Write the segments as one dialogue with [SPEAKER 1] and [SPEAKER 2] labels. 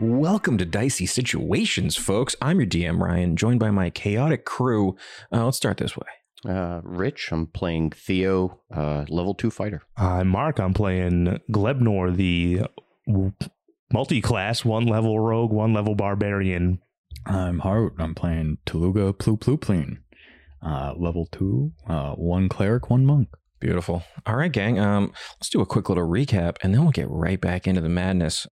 [SPEAKER 1] Welcome to Dicey Situations, folks. I'm your DM, Ryan, joined by my chaotic crew. Uh, let's start this way.
[SPEAKER 2] Uh, Rich, I'm playing Theo, uh, level two fighter.
[SPEAKER 3] I'm Uh, Mark. I'm playing Glebnor, the multi class, one level rogue, one level barbarian.
[SPEAKER 4] I'm Hart. I'm playing Teluga Plupluplin, uh, level two, uh, one cleric, one monk.
[SPEAKER 1] Beautiful. All right, gang. Um, let's do a quick little recap, and then we'll get right back into the madness.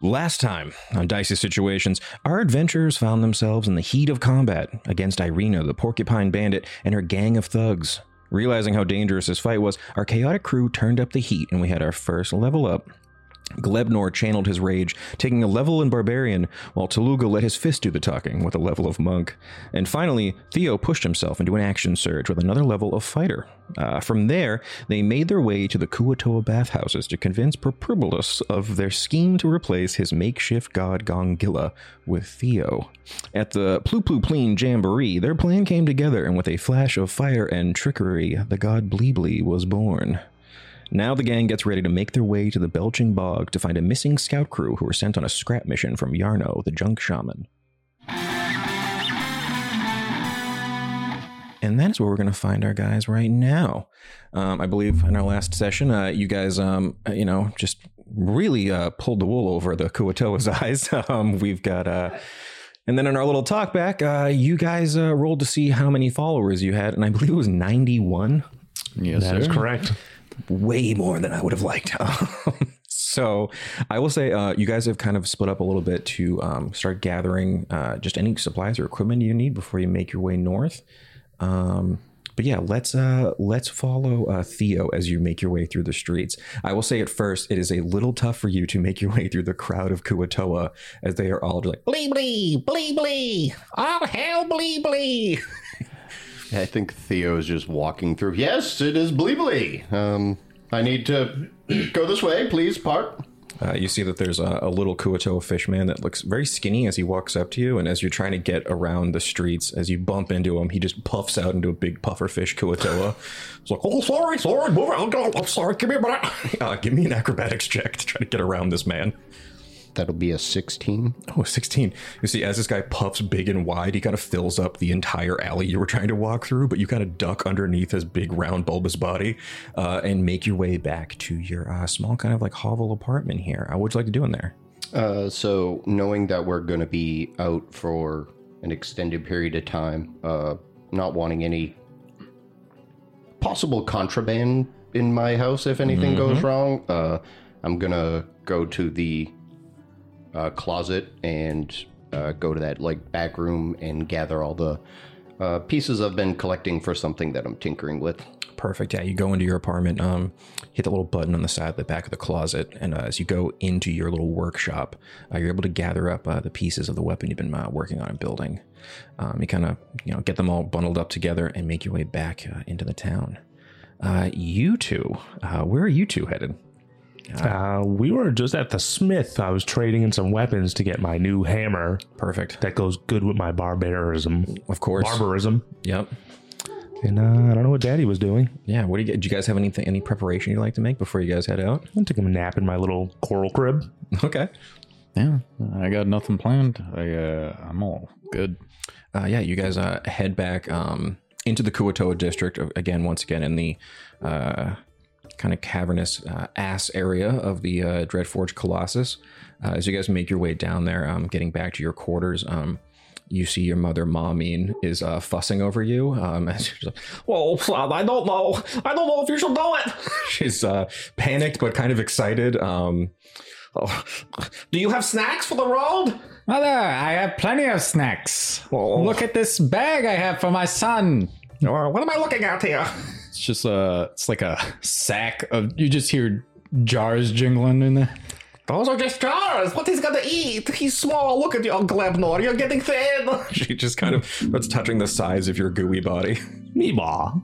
[SPEAKER 1] Last time on Dicey Situations, our adventurers found themselves in the heat of combat against Irina, the porcupine bandit, and her gang of thugs. Realizing how dangerous this fight was, our chaotic crew turned up the heat and we had our first level up. Glebnor channeled his rage, taking a level in barbarian, while Teluga let his fist do the talking with a level of monk. And finally, Theo pushed himself into an action surge with another level of fighter. Uh, from there, they made their way to the Kuatoa bathhouses to convince Properbolus of their scheme to replace his makeshift god Gongilla with Theo. At the Pluplupleen Jamboree, their plan came together, and with a flash of fire and trickery, the god Bleeblee was born. Now the gang gets ready to make their way to the Belching Bog to find a missing scout crew who were sent on a scrap mission from Yarno, the junk shaman. And that is where we're going to find our guys right now. Um, I believe in our last session, uh, you guys, um, you know, just really uh, pulled the wool over the Kuatoa's eyes. um, we've got, uh, and then in our little talk back, uh, you guys uh, rolled to see how many followers you had, and I believe it was 91
[SPEAKER 4] Yes,
[SPEAKER 3] That is correct.
[SPEAKER 1] way more than I would have liked. Um, so I will say, uh, you guys have kind of split up a little bit to um, start gathering uh, just any supplies or equipment you need before you make your way north. Um, but yeah, let's uh, let's follow uh, Theo as you make your way through the streets. I will say at first, it is a little tough for you to make your way through the crowd of Kuatoa as they are all just like blee blee blee blee, all Oh, hell blee blee.
[SPEAKER 2] I think Theo is just walking through. Yes, it is Bleebly. Um, I need to go this way, please, part.
[SPEAKER 1] Uh, you see that there's a, a little Kuatoa fish man that looks very skinny as he walks up to you, and as you're trying to get around the streets, as you bump into him, he just puffs out into a big puffer fish Kuatoa. It's like, oh, sorry, sorry, move around, oh, I'm sorry, give me a minute. Uh, give me an acrobatics check to try to get around this man.
[SPEAKER 2] That'll be a 16.
[SPEAKER 1] Oh, 16. You see, as this guy puffs big and wide, he kind of fills up the entire alley you were trying to walk through, but you kind of duck underneath his big, round, bulbous body uh, and make your way back to your uh, small, kind of like hovel apartment here. Uh, what would you like to do in there?
[SPEAKER 2] Uh, so, knowing that we're going to be out for an extended period of time, uh, not wanting any possible contraband in my house if anything goes wrong, uh, I'm going to go to the uh, closet and uh, go to that like back room and gather all the uh, pieces I've been collecting for something that I'm tinkering with.
[SPEAKER 1] Perfect. Yeah, you go into your apartment, um, hit the little button on the side of the back of the closet, and uh, as you go into your little workshop, uh, you're able to gather up uh, the pieces of the weapon you've been uh, working on and building. Um, you kind of, you know, get them all bundled up together and make your way back uh, into the town. Uh, you two, uh, where are you two headed?
[SPEAKER 3] Uh, we were just at the smith. I was trading in some weapons to get my new hammer
[SPEAKER 1] Perfect.
[SPEAKER 3] that goes good with my barbarism.
[SPEAKER 1] Of course.
[SPEAKER 3] Barbarism.
[SPEAKER 1] Yep.
[SPEAKER 3] And uh, I don't know what daddy was doing.
[SPEAKER 1] Yeah. What do you get? Do you guys have anything, any preparation you'd like to make before you guys head out?
[SPEAKER 3] I took a nap in my little coral crib.
[SPEAKER 1] Okay.
[SPEAKER 4] Yeah, I got nothing planned. I, uh, I'm all good.
[SPEAKER 1] uh, yeah, you guys uh, head back um, into the Kuotoa district uh, again, once again in the uh, kind of cavernous uh, ass area of the uh, Dreadforge Colossus. Uh, as you guys make your way down there, um, getting back to your quarters, um, you see your mother, Mommine, is uh, fussing over you. Um, and she's like, well, I don't know. I don't know if you should do it. she's uh, panicked but kind of excited. Um, "Oh, do you have snacks for the road?
[SPEAKER 4] Mother, I have plenty of snacks. Look at this bag I have for my son.
[SPEAKER 1] Or what am I looking at here?
[SPEAKER 4] It's just a, it's like a sack of. You just hear jars jingling in there.
[SPEAKER 1] Those are just jars. What is gonna eat? He's small. Look at you, oh, Glebnor. You're getting thin. she just kind of starts touching the size of your gooey body.
[SPEAKER 3] Meemaw.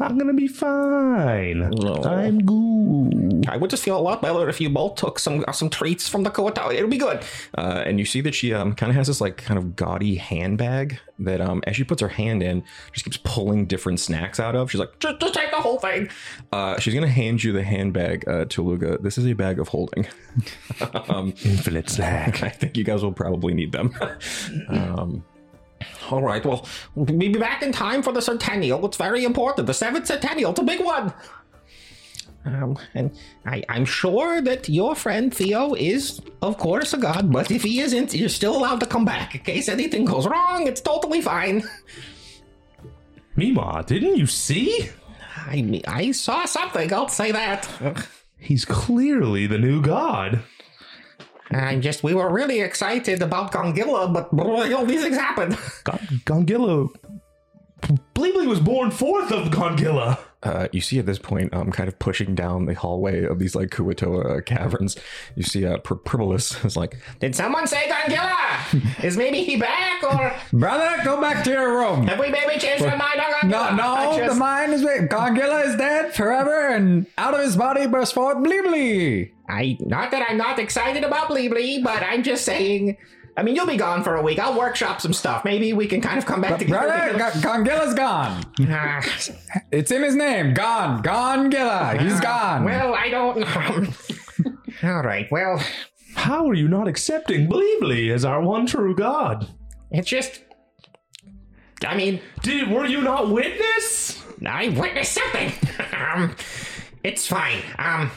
[SPEAKER 3] I'm gonna be fine.
[SPEAKER 1] No.
[SPEAKER 3] I'm good.
[SPEAKER 1] I would just feel a lot better if you both took some uh, some treats from the Kuwatawa. It'll be good. Uh, and you see that she um, kind of has this like kind of gaudy handbag that um, as she puts her hand in, just keeps pulling different snacks out of. She's like, just, just take the whole thing. Uh, she's gonna hand you the handbag, uh, Toluga. This is a bag of holding. um,
[SPEAKER 3] Infinite snack.
[SPEAKER 1] I think you guys will probably need them. um, all right. Well, we'll be back in time for the centennial. It's very important. The seventh centennial. It's a big one. Um, and I, I'm sure that your friend Theo is, of course, a god. But if he isn't, you're still allowed to come back in case anything goes wrong. It's totally fine.
[SPEAKER 3] Mima, didn't you see?
[SPEAKER 1] I mean, I saw something. I'll say that.
[SPEAKER 3] He's clearly the new god.
[SPEAKER 1] I'm just. We were really excited about Gongilla, but boy, all these things happened.
[SPEAKER 3] God, Gongilla. Bleebly was born fourth of Gongilla.
[SPEAKER 1] uh, you see at this point, um, kind of pushing down the hallway of these like Kuatoa uh, caverns, you see uh, Pri- Pribilus is like, Did someone say Gongilla? is maybe he back or
[SPEAKER 5] Brother, go back to your room.
[SPEAKER 1] have we maybe changed our mind on Gongilla?
[SPEAKER 5] No, no,
[SPEAKER 1] I just-
[SPEAKER 5] the mind is big. Gongilla is dead forever and out of his body burst forth Bleebly.
[SPEAKER 1] I, not that I'm not excited about Bleebly, but I'm just saying. I mean, you'll be gone for a week. I'll workshop some stuff. Maybe we can kind of come back
[SPEAKER 5] Brother,
[SPEAKER 1] together.
[SPEAKER 5] Go- Gongilla's gone.
[SPEAKER 1] Ah, ah,
[SPEAKER 5] It's in his name. Gone. Gongilla. He's gone.
[SPEAKER 1] well, I don't. All right. Well,
[SPEAKER 3] How are you not accepting Bleebly as our one true god?
[SPEAKER 1] it's just. I mean,
[SPEAKER 3] Did were you not witness?
[SPEAKER 1] I witnessed something. um, it's fine. Um,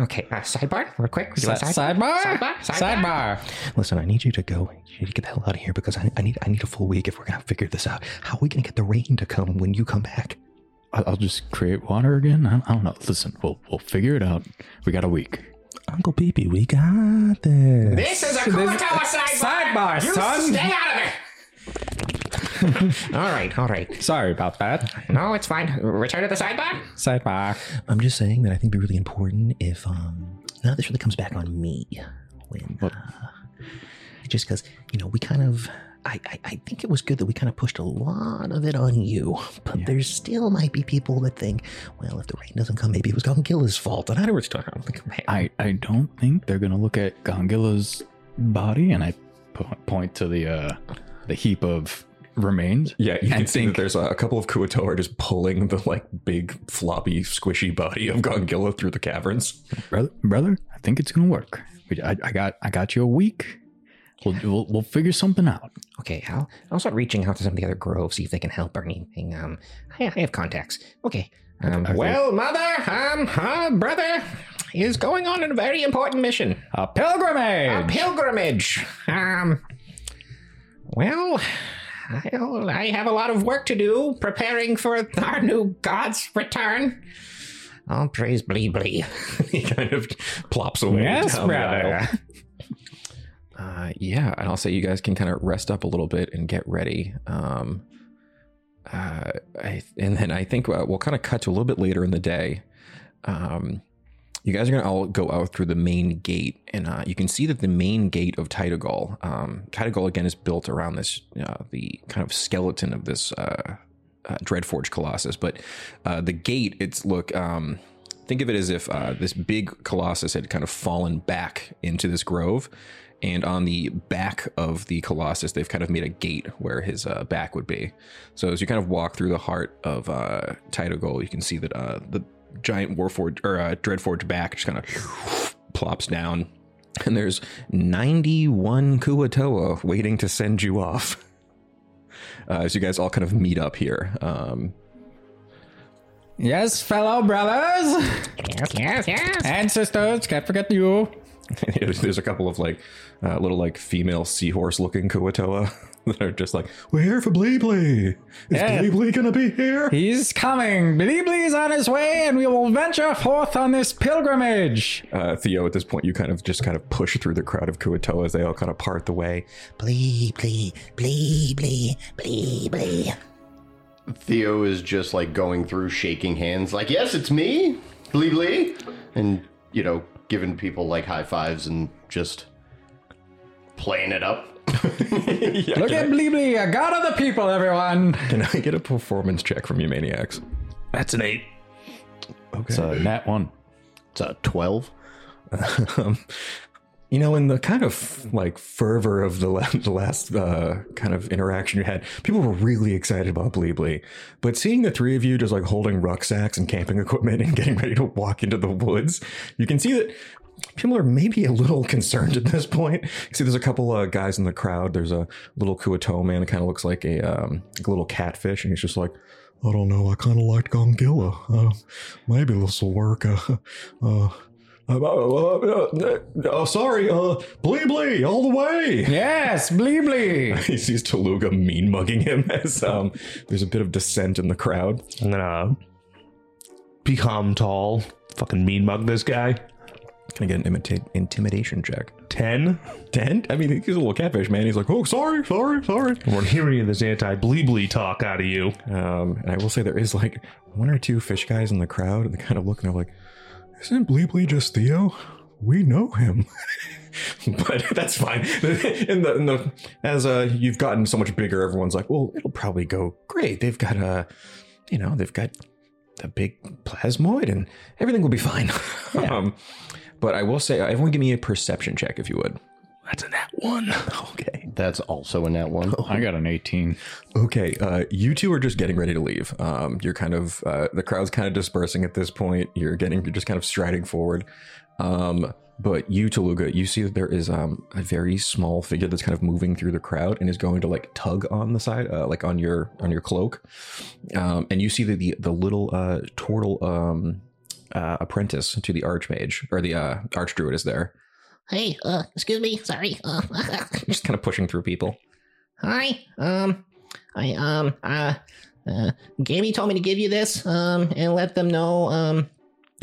[SPEAKER 1] okay. Uh, sidebar, real quick. Would you like side-
[SPEAKER 5] sidebar?
[SPEAKER 1] Sidebar?
[SPEAKER 5] Sidebar.
[SPEAKER 1] Listen, I need you to go. You need to get the hell out of here because I, I need I need a full week if we're gonna figure this out. How are we gonna get the rain to come when you come back?
[SPEAKER 4] I- I'll just create water again. I I don't know. Listen, we'll we'll figure it out. We got a week.
[SPEAKER 3] Uncle Peepy, we got this.
[SPEAKER 1] This is a Kurokawa sidebar.
[SPEAKER 5] Sidebar, son.
[SPEAKER 1] out of it. all right, all right.
[SPEAKER 5] Sorry about that.
[SPEAKER 1] No, it's fine. Return to the sidebar.
[SPEAKER 5] Sidebar.
[SPEAKER 6] I'm just saying that I think it'd be really important if um now this really comes back on me when uh, just because you know we kind of I, I I think it was good that we kind of pushed a lot of it on you, but there still might be people that think, well, if the rain doesn't come, maybe it was Gongilla's fault. And I don't know what you're talking about. Like,
[SPEAKER 4] I I don't think they're gonna look at Gongilla's body, and I po- point to the uh the heap of remains.
[SPEAKER 1] Yeah, you
[SPEAKER 4] I
[SPEAKER 1] can see that
[SPEAKER 4] think-
[SPEAKER 1] there's a, a couple of Kuato are just pulling the like big floppy squishy body of Gongilla through the caverns.
[SPEAKER 4] brother, brother, I think it's gonna work. We- I, I got I got you a week. We'll, we'll we'll figure something out.
[SPEAKER 6] Okay, I'll I'll start reaching out to some of the other groves, see if they can help or anything. Um, I, I have contacts. Okay. Um,
[SPEAKER 1] Well, mother, um, her brother is going on a very important mission.
[SPEAKER 5] A pilgrimage.
[SPEAKER 1] A pilgrimage. Um. Well, I'll, I have a lot of work to do preparing for our new god's return. Oh, praise Blee Blee. he kind of plops away.
[SPEAKER 5] Yes,
[SPEAKER 1] down the aisle.
[SPEAKER 5] brother.
[SPEAKER 1] Uh, yeah, and I'll say you guys can kind of rest up a little bit and get ready. Um, uh, I, and then I think uh, we'll kind of cut to a little bit later in the day. Um, you guys are gonna all go out through the main gate, and uh, you can see that the main gate of Titagol, um, Titagol again is built around this uh, the kind of skeleton of this uh, uh, Dreadforge Colossus. But uh, the gate, it's look. Um, think of it as if uh, this big colossus had kind of fallen back into this grove and on the back of the colossus they've kind of made a gate where his uh, back would be so as you kind of walk through the heart of uh, Tidogol, you can see that uh, the giant warforged or uh, dreadforged back just kind of plops down and there's 91 kuatoa waiting to send you off uh, as you guys all kind of meet up here um,
[SPEAKER 5] Yes, fellow brothers
[SPEAKER 1] yes yes yes
[SPEAKER 5] and sisters, can't forget you.
[SPEAKER 1] there's, there's a couple of like uh, little like female seahorse looking Kuatoa that are just like, we're here for Bleebly. Is
[SPEAKER 5] Yeah.
[SPEAKER 1] Bleebly gonna be here?
[SPEAKER 5] He's coming. Bleebly is on his way, and we will venture forth on this pilgrimage.
[SPEAKER 1] Uh, Theo, at this point, you kind of just kind of push through the crowd of Kuatoa as they all kind of part the way.
[SPEAKER 6] Blee, blee, blee, blee, blee, blee.
[SPEAKER 2] Theo is just like going through, shaking hands, like, yes, it's me, Lee Lee. And, you know, giving people like high fives and just playing it up.
[SPEAKER 5] Look at Bleebly, a god of the people, everyone.
[SPEAKER 1] Can I get a performance check from you maniacs?
[SPEAKER 3] That's an eight.
[SPEAKER 4] It's a nat one.
[SPEAKER 2] It's a 12.
[SPEAKER 1] um, you know, in the kind of like fervor of the, la- the last uh, kind of interaction you had, people were really excited about Bleebly. But seeing the three of you just like holding rucksacks and camping equipment and getting ready to walk into the woods, you can see that people are maybe a little concerned at this point. You see, there's a couple uh, guys in the crowd. There's a little Kuato man that kind of looks like a, um, like a little catfish, and he's just like, I don't know. I kind of liked Gongilla. Uh, maybe this will work. Uh, uh, uh, uh, uh, uh, oh, sorry. Uh, Blee Blee, all the way.
[SPEAKER 5] Yes, Bleebly.
[SPEAKER 1] He sees Toluga mean mugging him as um, there's a bit of dissent in the crowd.
[SPEAKER 3] I'm gonna become tall. Fucking mean mug this guy.
[SPEAKER 1] Can I get an imita- intimidation check?
[SPEAKER 3] Ten.
[SPEAKER 1] Dent? I mean, he's a little catfish, man. He's like, oh, sorry, sorry, sorry.
[SPEAKER 3] We're hearing this anti bleebly talk out of you.
[SPEAKER 1] Um, and I will say there is like one or two fish guys in the crowd, and they're kind of looking. They're like, "Isn't Bleebly just Theo? We know him." but that's fine. in the, in the as uh, you've gotten so much bigger, everyone's like, "Well, it'll probably go great. They've got a, you know, they've got a big plasmoid, and everything will be fine." um, but I will say, uh, everyone, give me a perception check if you would.
[SPEAKER 3] That's a nat one.
[SPEAKER 1] Okay.
[SPEAKER 2] That's also in that one.
[SPEAKER 4] I got an 18.
[SPEAKER 1] Okay, uh, you two are just getting ready to leave. Um, you're kind of uh, the crowd's kind of dispersing at this point. You're getting you're just kind of striding forward. Um, but you, Toluga, you see that there is um, a very small figure that's kind of moving through the crowd and is going to like tug on the side, uh, like on your on your cloak. Um, and you see that the the little uh, turtle um, uh, apprentice to the archmage or the uh, archdruid is there,
[SPEAKER 7] Hey, uh, excuse me. Sorry. Uh,
[SPEAKER 1] just kind of pushing through people.
[SPEAKER 7] hi. Um, I um uh, uh, Gammy told me to give you this. Um, and let them know um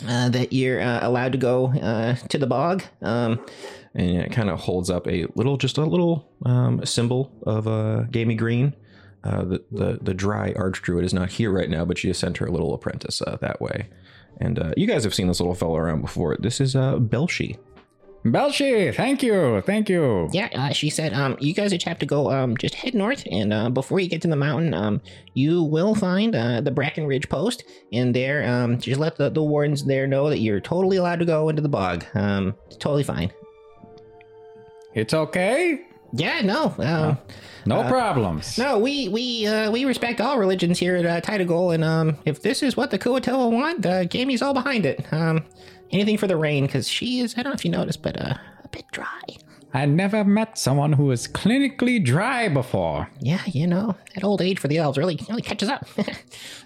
[SPEAKER 7] uh, that you're uh, allowed to go uh to the bog. Um,
[SPEAKER 1] and it kind of holds up a little, just a little um, symbol of uh, Gamey Green. Uh, the, the the dry archdruid is not here right now, but she has sent her little apprentice uh, that way. And uh, you guys have seen this little fellow around before. This is uh, Belshi.
[SPEAKER 5] Belshi, thank you, thank you.
[SPEAKER 7] yeah. Uh, she said um you guys just have to go um just head north and uh, before you get to the mountain um you will find uh, the Brackenridge post and there um just let the, the wardens there know that you're totally allowed to go into the bog. Um, it's totally fine.
[SPEAKER 5] It's okay.
[SPEAKER 7] Yeah. No. Um.
[SPEAKER 5] No problems.
[SPEAKER 7] No, we we uh, we respect all religions here at uh, Titigal, and um, if this is what the Kuatoa want, uh, Gamy's all behind it. Um, anything for the rain, because she is. I don't know if you noticed, but uh, a bit dry.
[SPEAKER 5] I never met someone who was clinically dry before.
[SPEAKER 7] Yeah, you know that old age for the elves really really catches up.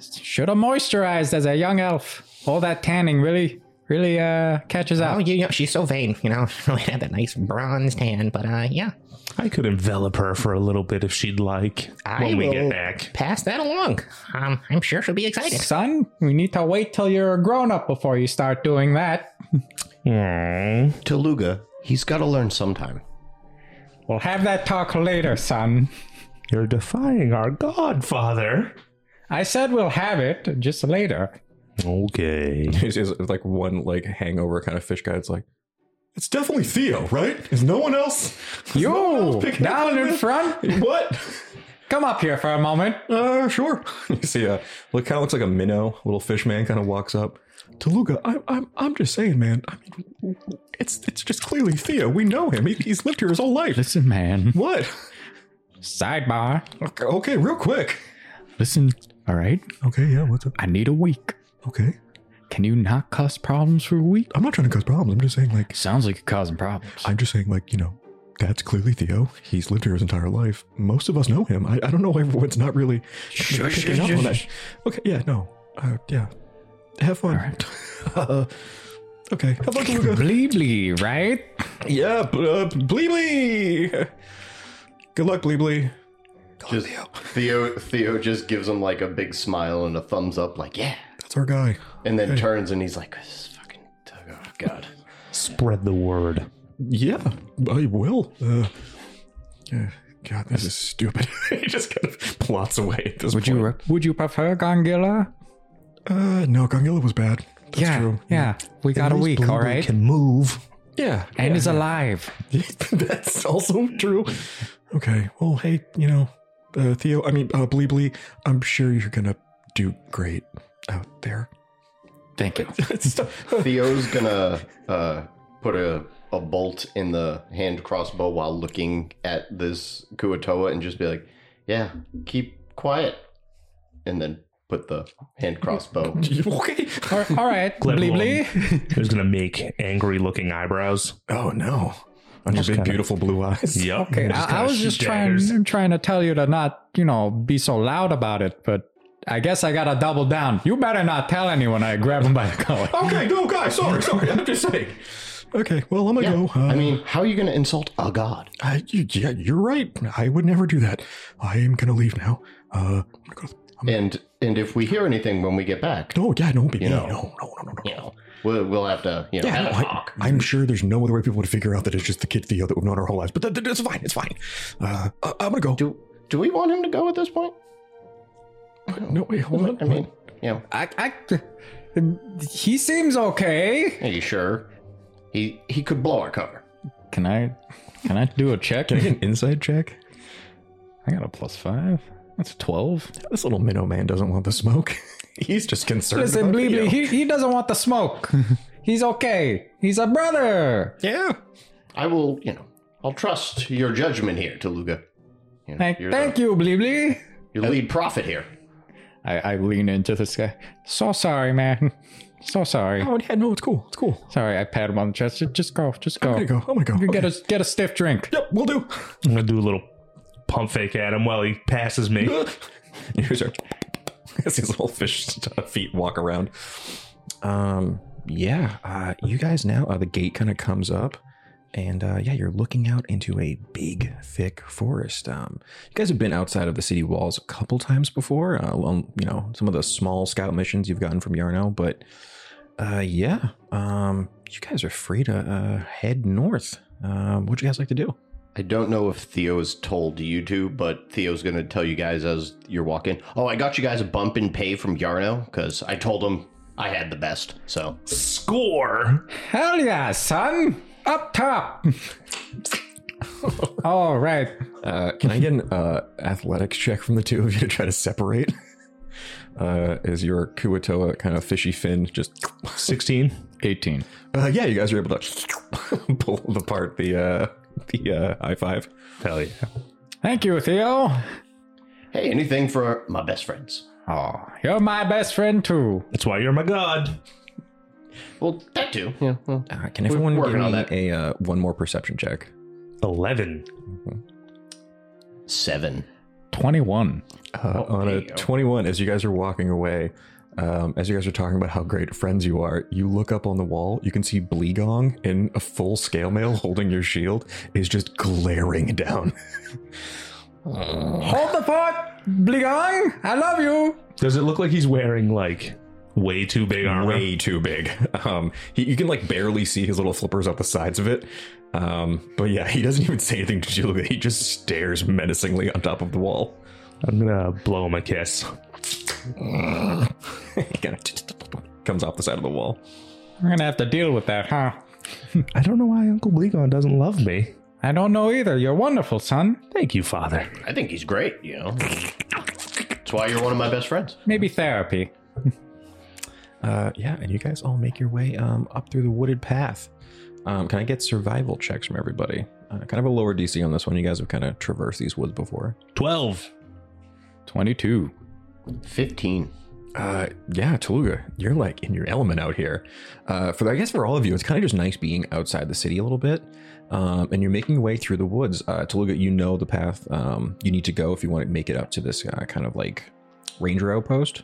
[SPEAKER 5] Should have moisturized as a young elf. All that tanning really, really uh catches
[SPEAKER 7] oh,
[SPEAKER 5] out.
[SPEAKER 7] you know she's so vain. You know, she had that nice bronze tan, but uh, yeah,
[SPEAKER 3] I could envelop her for a little bit if she'd like
[SPEAKER 7] I
[SPEAKER 3] when we
[SPEAKER 7] will-
[SPEAKER 3] get back.
[SPEAKER 7] pass that along. Um, I'm sure she'll be excited.
[SPEAKER 5] Son, we need to wait till you're a grown up before you start doing that.
[SPEAKER 3] Aw.
[SPEAKER 2] Toluga, he's got to learn sometime.
[SPEAKER 5] We'll have that talk later, son.
[SPEAKER 3] You're defying our godfather.
[SPEAKER 5] I said we'll have it just later.
[SPEAKER 3] Okay.
[SPEAKER 1] It's, it's like one like hangover kind of fish guy. It's like it's definitely Theo, right? Is no one else?
[SPEAKER 5] You
[SPEAKER 1] picking up on
[SPEAKER 5] down in
[SPEAKER 1] this?
[SPEAKER 5] front.
[SPEAKER 1] what?
[SPEAKER 5] Come up here for a moment.
[SPEAKER 1] Uh, sure. You see, uh, look, kind of looks like a minnow. Little fish man kind of walks up. Toluga, I'm, I'm, I'm just saying, man. I mean, it's, it's just clearly Theo. We know him. He, he's lived here his whole life.
[SPEAKER 4] Listen, man.
[SPEAKER 1] What?
[SPEAKER 5] Sidebar.
[SPEAKER 1] Okay, okay, real quick.
[SPEAKER 4] Listen. All right.
[SPEAKER 1] Okay, yeah. What's up?
[SPEAKER 4] I need a week.
[SPEAKER 1] Okay,
[SPEAKER 4] Can you not cause problems for a week?
[SPEAKER 1] I'm not trying to cause problems. I'm just saying, like,
[SPEAKER 4] Sounds like you're causing problems.
[SPEAKER 1] I'm just saying, like, you know, that's clearly Theo. He's lived here his entire life. Most of us know him. I, I don't know why everyone's not really picking up on that. Okay, yeah, no, uh, yeah. Have fun. uh, okay, have fun, Toluga.
[SPEAKER 5] Bleebly, right?
[SPEAKER 1] Yeah, b- uh, Bleebly. Good luck, Bleebly.
[SPEAKER 2] Just, Theo Theo just gives him like a big smile and a thumbs up, like yeah,
[SPEAKER 1] That's our guy.
[SPEAKER 2] and then turns and he's like, "This is fucking Toluga, oh, God."
[SPEAKER 3] Spread the word.
[SPEAKER 1] Yeah, I will. Uh, yeah, God, this is stupid. he just kind of plots away at this
[SPEAKER 4] Would
[SPEAKER 1] point.
[SPEAKER 4] you? Re-
[SPEAKER 5] Would you prefer Gongilla?
[SPEAKER 1] Uh, no, Gongilla was bad. That's
[SPEAKER 5] yeah,
[SPEAKER 1] true.
[SPEAKER 5] yeah. We got a week, all right?
[SPEAKER 3] Can move.
[SPEAKER 1] Yeah.
[SPEAKER 5] and is alive.
[SPEAKER 1] That's also true. Okay, well, hey, you know, uh, Theo, I mean, uh, Bleebly, I'm sure you're going to do great. out there.
[SPEAKER 4] Thank you.
[SPEAKER 1] Stop.
[SPEAKER 2] Theo's gonna uh, put a, a bolt in the hand crossbow while looking at this Kuatoa and just be like, "Yeah, keep quiet," and then put the hand crossbow.
[SPEAKER 1] okay.
[SPEAKER 5] All right, all right,
[SPEAKER 3] Gleb
[SPEAKER 5] blee
[SPEAKER 3] one
[SPEAKER 5] blee.
[SPEAKER 3] is going to make angry looking eyebrows.
[SPEAKER 1] Oh no. On your
[SPEAKER 3] Just
[SPEAKER 1] big,
[SPEAKER 3] kinda-
[SPEAKER 1] beautiful blue eyes.
[SPEAKER 3] Yep.
[SPEAKER 5] Okay,
[SPEAKER 3] Just
[SPEAKER 5] I, I
[SPEAKER 3] kinda
[SPEAKER 5] was
[SPEAKER 3] shoot
[SPEAKER 5] just
[SPEAKER 3] daggers.
[SPEAKER 5] trying, trying to tell you to not, you know, be so loud about it, but I guess I gotta double down. You better not tell anyone I grab him by the collar.
[SPEAKER 1] Okay, no, guys, sorry, sorry. I'm just saying. Okay, well, I'm gonna
[SPEAKER 2] Yeah.
[SPEAKER 1] go. Uh,
[SPEAKER 2] I mean, how are you gonna insult a god?
[SPEAKER 1] I, you, yeah, you're right. I would never do that. I am gonna leave now. Uh, I'm gonna go to the- I'm-
[SPEAKER 2] And and if we hear anything when we get back,
[SPEAKER 1] no, yeah, no, baby,
[SPEAKER 2] You
[SPEAKER 1] no,
[SPEAKER 2] know.
[SPEAKER 1] no, no, no, no, no.
[SPEAKER 2] you know, we'll, we'll have to you know
[SPEAKER 1] Yeah,
[SPEAKER 2] have
[SPEAKER 1] no,
[SPEAKER 2] a
[SPEAKER 1] I,
[SPEAKER 2] talk.
[SPEAKER 1] I'm sure there's no other way people would figure out that it's just the kid Theo that we've known our whole lives, but that, that- that's fine. It's fine. Uh, I, I'm gonna go.
[SPEAKER 2] Do do we want him to go at this point?
[SPEAKER 1] no, wait, hold on.
[SPEAKER 2] I mean, you know,
[SPEAKER 5] I, I, he seems okay.
[SPEAKER 2] are you sure? He he could blow our cover.
[SPEAKER 4] Can I can I do a check?
[SPEAKER 1] Can I get an inside check?
[SPEAKER 4] I got a plus five. That's twelve.
[SPEAKER 1] This little minnow man doesn't want the smoke. He's just concerned.
[SPEAKER 5] Listen,
[SPEAKER 1] about
[SPEAKER 5] blee
[SPEAKER 1] Theo.
[SPEAKER 5] blee, he, he doesn't want the smoke. He's okay. He's a brother.
[SPEAKER 1] Yeah.
[SPEAKER 2] I will, you know, I'll trust your judgment here, Toluga. You know,
[SPEAKER 5] Thank,
[SPEAKER 2] you're
[SPEAKER 5] thank
[SPEAKER 2] the,
[SPEAKER 5] you, blee blee.
[SPEAKER 2] you. Your lead prophet here.
[SPEAKER 4] I, I lean into this guy.
[SPEAKER 5] So sorry, man. So sorry.
[SPEAKER 1] Oh yeah, no, it's cool. It's cool.
[SPEAKER 5] Sorry, I pat him on the chest. Ju- Just go, just
[SPEAKER 1] I'm
[SPEAKER 5] go.
[SPEAKER 1] gonna go. I'm gonna go.
[SPEAKER 5] You
[SPEAKER 1] Okay.
[SPEAKER 5] Get a get a stiff drink.
[SPEAKER 1] Yep, we'll do.
[SPEAKER 3] I'm going to do a little pump fake at him while he passes me.
[SPEAKER 1] Here's our. As these little fish st- feet walk around. Um. Yeah. Uh. You guys now. Uh, the gate kind of comes up, and uh, yeah, you're looking out into a big, thick forest. Um. You guys have been outside of the city walls a couple times before. Uh, on, you know some of the small scout missions you've gotten from Yarno, but uh, yeah. Um. You guys are free to uh, head north. Um. What you guys like to do?
[SPEAKER 2] I don't know if Theo has told you two, but Theo's going to tell you guys as you're walking. Oh, I got you guys a bump in pay from Yarno because I told him I had the best. So
[SPEAKER 3] Score!
[SPEAKER 5] Hell yeah, son! Up top. All right.
[SPEAKER 1] Uh, can I get an uh, athletics check from the two of you to try to separate? Uh, is your Kuatoa kind of fishy fin just?
[SPEAKER 3] 16.
[SPEAKER 4] Eighteen.
[SPEAKER 1] Uh, yeah, you guys are able to pull apart the uh, the uh, high five.
[SPEAKER 3] Hell yeah.
[SPEAKER 5] Thank you, Theo.
[SPEAKER 2] hey, anything for my best friends?
[SPEAKER 5] Oh, you're my best friend too.
[SPEAKER 3] That's why you're my god.
[SPEAKER 2] Well, that too. Yeah. well,
[SPEAKER 1] Uh, can
[SPEAKER 2] We're
[SPEAKER 1] everyone give
[SPEAKER 2] working
[SPEAKER 1] me
[SPEAKER 2] on that.
[SPEAKER 1] a uh, one more perception check?
[SPEAKER 3] 11.
[SPEAKER 2] Seven.
[SPEAKER 4] Twenty-one.
[SPEAKER 1] Uh,
[SPEAKER 2] Oh,
[SPEAKER 1] on
[SPEAKER 2] there
[SPEAKER 1] a
[SPEAKER 2] you go.
[SPEAKER 1] 21, as you guys are walking away, um, as you guys are talking about how great friends you are, you look up on the wall. You can see Bleegong in a full scale mail holding your shield is just glaring down.
[SPEAKER 5] Hold the fort, Bligang. I love you.
[SPEAKER 3] Does it look like he's wearing like way too big armor?
[SPEAKER 1] way too big. Um, he, you can like barely see his little flippers out the sides of it. Um, but yeah, he doesn't even say anything to Julia. He just stares menacingly on top of the wall.
[SPEAKER 3] I'm gonna blow him a kiss.
[SPEAKER 1] he kind of comes off the side of the wall.
[SPEAKER 5] We're gonna have to deal with that, huh?
[SPEAKER 3] I don't know why Uncle Blegon doesn't love me.
[SPEAKER 5] I don't know either. You're wonderful, son.
[SPEAKER 3] Thank you, Father.
[SPEAKER 2] I think he's great. You know, that's why you're one of my best friends.
[SPEAKER 5] Maybe therapy.
[SPEAKER 1] Uh, yeah, and you guys all make your way um, up through the wooded path. Um, can I get survival checks from everybody? Uh, kind of a lower DC on this one. You guys have kind of traversed these woods before.
[SPEAKER 3] Twelve.
[SPEAKER 4] Twenty-two.
[SPEAKER 2] Fifteen.
[SPEAKER 1] Uh, yeah, Toluga, you're like in your element out here. Uh, for I guess for all of you, it's kind of just nice being outside the city a little bit. Um, and you're making your way through the woods. Uh, Toluga, you know the path um, you need to go if you want to make it up to this uh, kind of like ranger outpost.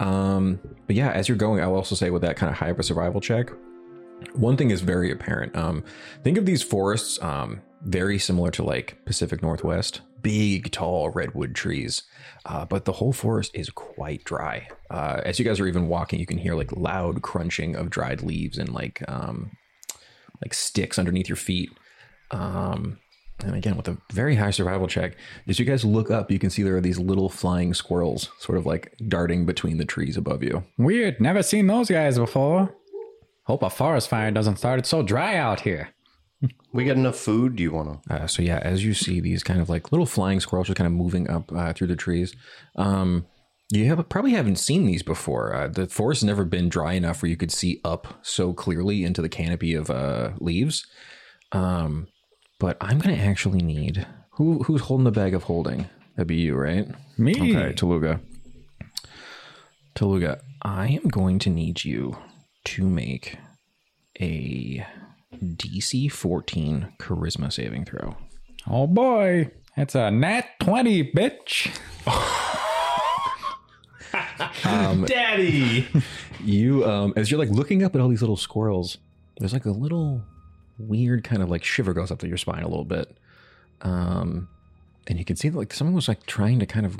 [SPEAKER 1] Um, but yeah, as you're going, I'll also say with that kind of high of a survival check, one thing is very apparent. Um, think of these forests um, very similar to like Pacific Northwest, big, tall redwood trees. Uh, but the whole forest is quite dry. Uh, as you guys are even walking, you can hear like loud crunching of dried leaves and like um, like sticks underneath your feet. Um, and again, with a very high survival check, as you guys look up, you can see there are these little flying squirrels, sort of like darting between the trees above you.
[SPEAKER 5] Weird. Never seen those guys before. Hope a forest fire doesn't start. It's so dry out here.
[SPEAKER 2] We got enough food. Do you want to?
[SPEAKER 1] Uh, so yeah, as you see these kind of like little flying squirrels just kind of moving up uh, through the trees, um, You have, probably haven't seen these before. Uh, the forest has never been dry enough where you could see up so clearly into the canopy of uh, leaves. Um, but I'm going to actually need who who's holding the bag of holding. That'd be you, right?
[SPEAKER 5] Me.
[SPEAKER 1] Okay, Toluga. Toluga, I am going to need you to make a DC 14 charisma saving throw.
[SPEAKER 5] Oh boy, that's a nat twenty, bitch.
[SPEAKER 3] Daddy.
[SPEAKER 1] You, um, as you're like looking up at all these little squirrels, there's like a little weird kind of like shiver goes up to your spine a little bit. Um, and you can see that like someone was like trying to kind of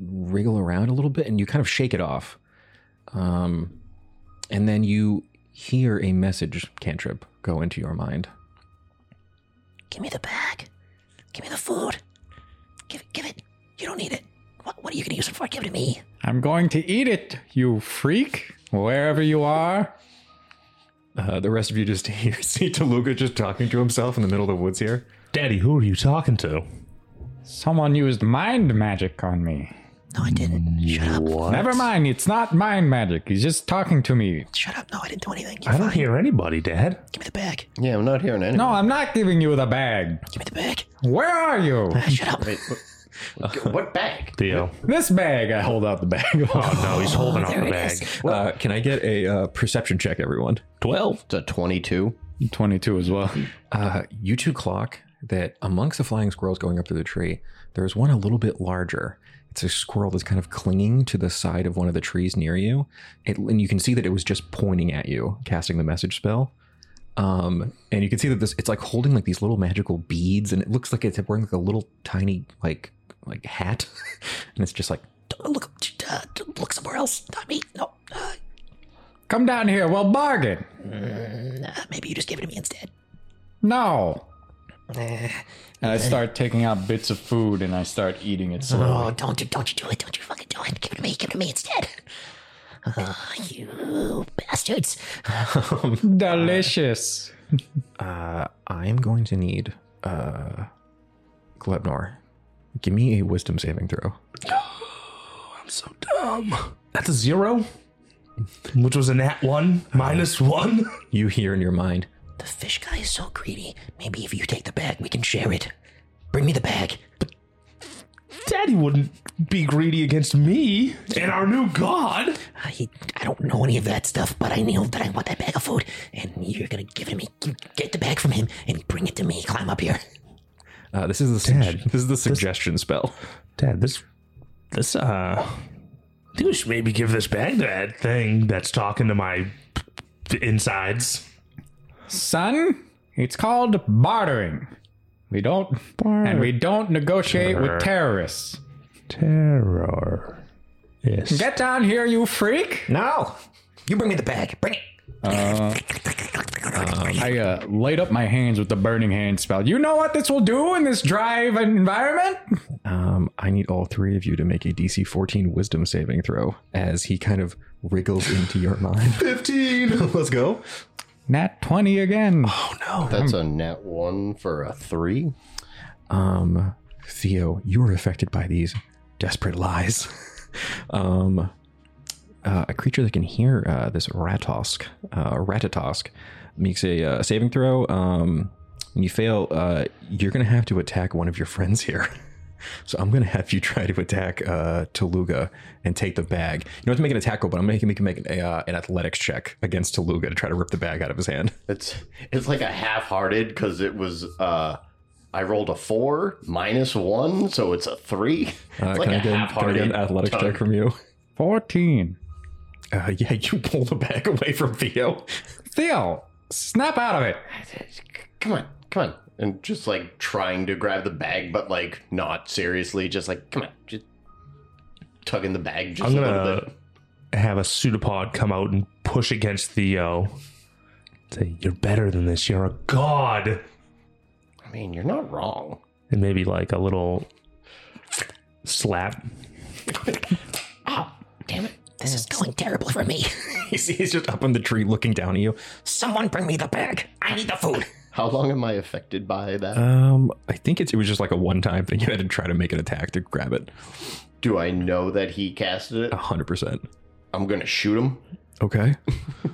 [SPEAKER 1] wriggle around a little bit and you kind of shake it off. Um, and then you hear a message, cantrip, go into your mind.
[SPEAKER 6] Give me the bag. Give me the food. Give it. Give it. You don't need it. What, what are you going to use it for? Give it to me.
[SPEAKER 5] I'm going to eat it, you freak, wherever you are.
[SPEAKER 1] Uh, the rest of you just hear, see Toluga just talking to himself in the middle of the woods here.
[SPEAKER 3] Daddy, who are you talking to?
[SPEAKER 5] Someone used mind magic on me.
[SPEAKER 6] No, I didn't. Shut up.
[SPEAKER 5] Never mind, it's not mind magic. He's just talking to me.
[SPEAKER 6] Shut up. No, I didn't do anything. You're
[SPEAKER 3] I don't
[SPEAKER 6] fine.
[SPEAKER 3] hear anybody, Dad.
[SPEAKER 6] Give me the bag.
[SPEAKER 2] Yeah, I'm not hearing anything.
[SPEAKER 5] No, Oh, I'm not giving you the bag.
[SPEAKER 6] Give me the bag.
[SPEAKER 5] Where are you?
[SPEAKER 6] Ah, Shut up.
[SPEAKER 2] Wait, what, what bag?
[SPEAKER 3] Theo.
[SPEAKER 5] This bag. I hold out the bag.
[SPEAKER 3] Oh no, he's holding
[SPEAKER 6] Oh,
[SPEAKER 3] on
[SPEAKER 6] there
[SPEAKER 3] the
[SPEAKER 6] it
[SPEAKER 3] bag.
[SPEAKER 6] is.
[SPEAKER 1] Uh, can I get a uh, perception check, everyone? 12.
[SPEAKER 2] It's a 22.
[SPEAKER 5] 22 as well.
[SPEAKER 1] Uh, you two clock that amongst the flying squirrels going up through the tree, there's one a little bit larger. It's a squirrel that's kind of clinging to the side of one of the trees near you. It, and you can see that it was just pointing at you, casting the message spell. Um, and you can see that this it's like holding like these little magical beads, and it looks like it's wearing like a little tiny like like hat, and it's just like
[SPEAKER 6] Don't look, uh, don't look somewhere else. Not me. No. Uh,
[SPEAKER 5] Come down here. We'll bargain.
[SPEAKER 6] nah, Uh, maybe you just give it to me instead.
[SPEAKER 5] No. And I start taking out bits of food and I start eating it slowly.
[SPEAKER 6] Oh, don't you, don't you do it. Don't you fucking do it. Give it to me. Give it to me instead.
[SPEAKER 7] Uh-huh.
[SPEAKER 6] Uh, you bastards.
[SPEAKER 5] Delicious.
[SPEAKER 1] Uh, I'm going to need uh, Glebnor. Give me a wisdom saving throw.
[SPEAKER 3] That's a zero? Which was a nat one? Minus one?
[SPEAKER 1] You hear in your mind,
[SPEAKER 6] The fish guy is so greedy. Maybe if you take the bag, we can share it. Bring me the bag.
[SPEAKER 3] Daddy wouldn't be greedy against me and our new god.
[SPEAKER 6] I, Uh, I don't know any of that stuff, but I know that I want that bag of food, and you're gonna give it to me. You Get the bag from him and bring it to me. Climb up here.
[SPEAKER 1] uh, "This is the
[SPEAKER 3] Dad,
[SPEAKER 1] sug- this is the suggestion spell."
[SPEAKER 3] Dad, this this uh I think we should maybe give this bag to that thing that's talking to my insides.
[SPEAKER 5] Son, it's called bartering. We don't and we don't negotiate with terrorists.
[SPEAKER 3] Terror. Yes.
[SPEAKER 5] Get down here, you freak.
[SPEAKER 1] No,
[SPEAKER 6] You bring me the bag. Bring it.
[SPEAKER 5] I uh, light up my hands with the burning hand spell. You know what this will do in this dry environment?
[SPEAKER 1] um, I need all three of you to make a DC 14 Wisdom saving throw as he kind of wriggles into your mind. 15. Let's go.
[SPEAKER 5] Nat 20 again.
[SPEAKER 2] That's a net one for a three.
[SPEAKER 1] Um, Theo, you are affected by these desperate lies. um, uh, a creature that can hear uh, this Ratosk, uh, Ratatosk, makes a uh, saving throw. Um, when you fail, uh, you're going to have to attack one of your friends here. So I'm gonna have you try to attack uh, Toluga and take the bag. You don't have to make an attack roll, but I'm making make make an, uh, an athletics check against Toluga to try to rip the bag out of his hand.
[SPEAKER 2] It's it's like a half-hearted because it was uh I rolled a four minus one, so it's a three.
[SPEAKER 1] Uh,
[SPEAKER 2] it's
[SPEAKER 1] can, I get, can I get an athletics
[SPEAKER 2] tug.
[SPEAKER 1] check from you?
[SPEAKER 5] 14.
[SPEAKER 1] Uh, yeah, you pull the bag away from Theo.
[SPEAKER 5] Theo, snap out of it.
[SPEAKER 2] Come on, come on, and just like trying to grab the bag, but like not seriously, just like come on, just tugging the bag just
[SPEAKER 3] I'm
[SPEAKER 2] a little
[SPEAKER 3] gonna
[SPEAKER 2] bit.
[SPEAKER 3] have a pseudopod come out and push against Theo. Say, you're better than this, you're a god.
[SPEAKER 2] I mean, you're not wrong.
[SPEAKER 3] And maybe like a little slap.
[SPEAKER 6] Damn it. This is going terrible for me.
[SPEAKER 1] He's, he's just up in the tree looking down at you.
[SPEAKER 6] Someone bring me the bag. I need the food.
[SPEAKER 2] How long am I affected by that?
[SPEAKER 1] Uh, Um, I think it's, it was just like a one time thing. You had to try to make an attack to grab it.
[SPEAKER 2] Do I know that he casted
[SPEAKER 1] oh.
[SPEAKER 2] it?
[SPEAKER 1] 100%.
[SPEAKER 2] I'm gonna shoot him.
[SPEAKER 1] Okay.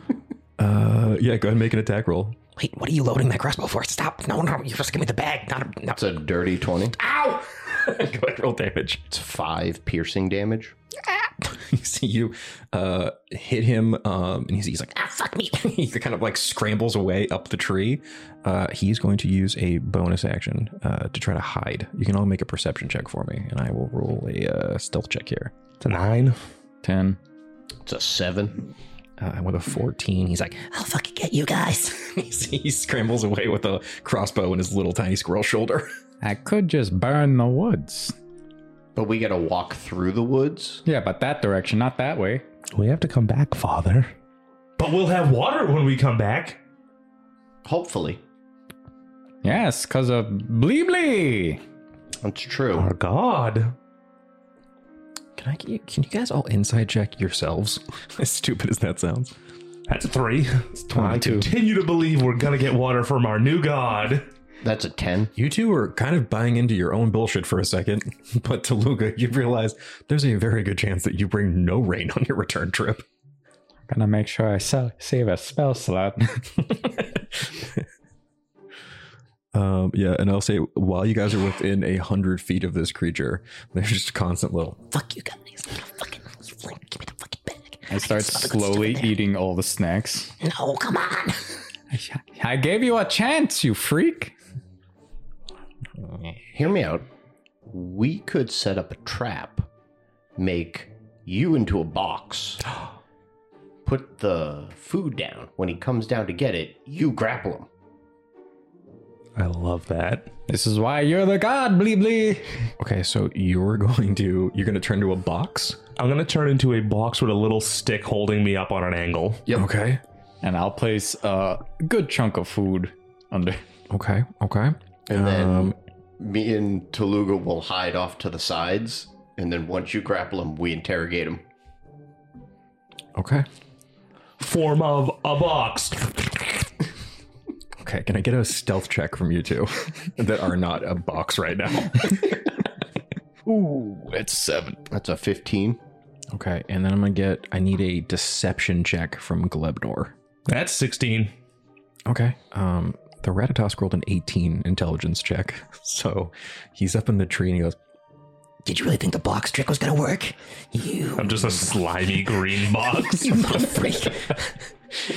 [SPEAKER 1] uh, yeah, go ahead and make an attack roll.
[SPEAKER 6] Wait, what are you loading that crossbow for? Stop! No, no, you just give me the bag. Not a, no.
[SPEAKER 2] It's a dirty twenty.
[SPEAKER 6] Ow!
[SPEAKER 1] go ahead and roll damage.
[SPEAKER 2] It's five piercing damage.
[SPEAKER 1] You see you uh, hit him, um, and he's, he's like,
[SPEAKER 6] Ah, fuck me!
[SPEAKER 1] he kind of like scrambles away up the tree. Uh, he's going to use a bonus action uh, to try to hide. You can all make a perception check for me, and I will roll a uh, stealth check here. It's a nine.
[SPEAKER 4] 10.
[SPEAKER 2] It's a seven.
[SPEAKER 1] Uh, and with a 14, he's like,
[SPEAKER 6] I'll fucking get you guys.
[SPEAKER 1] he, scrambles away with a crossbow in his little tiny squirrel shoulder.
[SPEAKER 5] I could just burn the woods.
[SPEAKER 2] But we gotta walk through the woods.
[SPEAKER 5] Yeah, but that direction, not that way.
[SPEAKER 8] We have to come back, Father.
[SPEAKER 3] But we'll have water when we come back.
[SPEAKER 2] Hopefully,
[SPEAKER 5] Yes, because of Bleebly.
[SPEAKER 2] that's true.
[SPEAKER 3] Our God.
[SPEAKER 1] Can I? get you- Can you guys all inside check yourselves? As stupid as that sounds.
[SPEAKER 3] That's a three. It's
[SPEAKER 1] 22.
[SPEAKER 3] I continue to believe we're gonna get water from our new God.
[SPEAKER 2] That's a ten.
[SPEAKER 1] You two are kind of buying into your own bullshit for a second, but Toluga, you realize there's a very good chance that you bring no rain on your return trip.
[SPEAKER 5] Gonna make sure I sa- save a spell slot.
[SPEAKER 1] Um, yeah, and I'll say while you guys are within a hundred feet of this creature, there's just constant little.
[SPEAKER 6] fuck you guys. I'll fucking, you like, give me the fucking bag.
[SPEAKER 4] I start
[SPEAKER 6] smell the good
[SPEAKER 4] slowly
[SPEAKER 6] stuff in
[SPEAKER 4] eating all the snacks.
[SPEAKER 6] there. No, come on.
[SPEAKER 5] I gave you a chance, you freak.
[SPEAKER 2] Hear me out. We could set up a trap, make you into a box, put the food down. When he comes down to get it, you grapple him.
[SPEAKER 8] I love that.
[SPEAKER 5] This is why you're the god, Bleebly.
[SPEAKER 1] Okay, so you're going to you're going to turn to a box.
[SPEAKER 3] I'm gonna turn into a box with a little stick holding me up on an angle.
[SPEAKER 1] Okay,
[SPEAKER 4] And I'll place a good chunk of food under.
[SPEAKER 1] okay, okay.
[SPEAKER 2] And then me and Toluga will hide off to the sides. And then once you grapple him, we interrogate him.
[SPEAKER 1] okay,
[SPEAKER 3] Form of a box.
[SPEAKER 1] okay. Can I get a stealth check from you two that are not a box right now?
[SPEAKER 4] Ooh, it's seven.
[SPEAKER 2] That's a 15.
[SPEAKER 1] Okay, and then I'm gonna get. I need a deception check from Glebnor.
[SPEAKER 3] That's 16.
[SPEAKER 1] Okay. Um, the Ratatos rolled an 18 intelligence check, so he's up in the tree and he goes,
[SPEAKER 6] Did you really think the box trick was gonna work? You,
[SPEAKER 3] I'm just a slimy green box.
[SPEAKER 6] you little freak.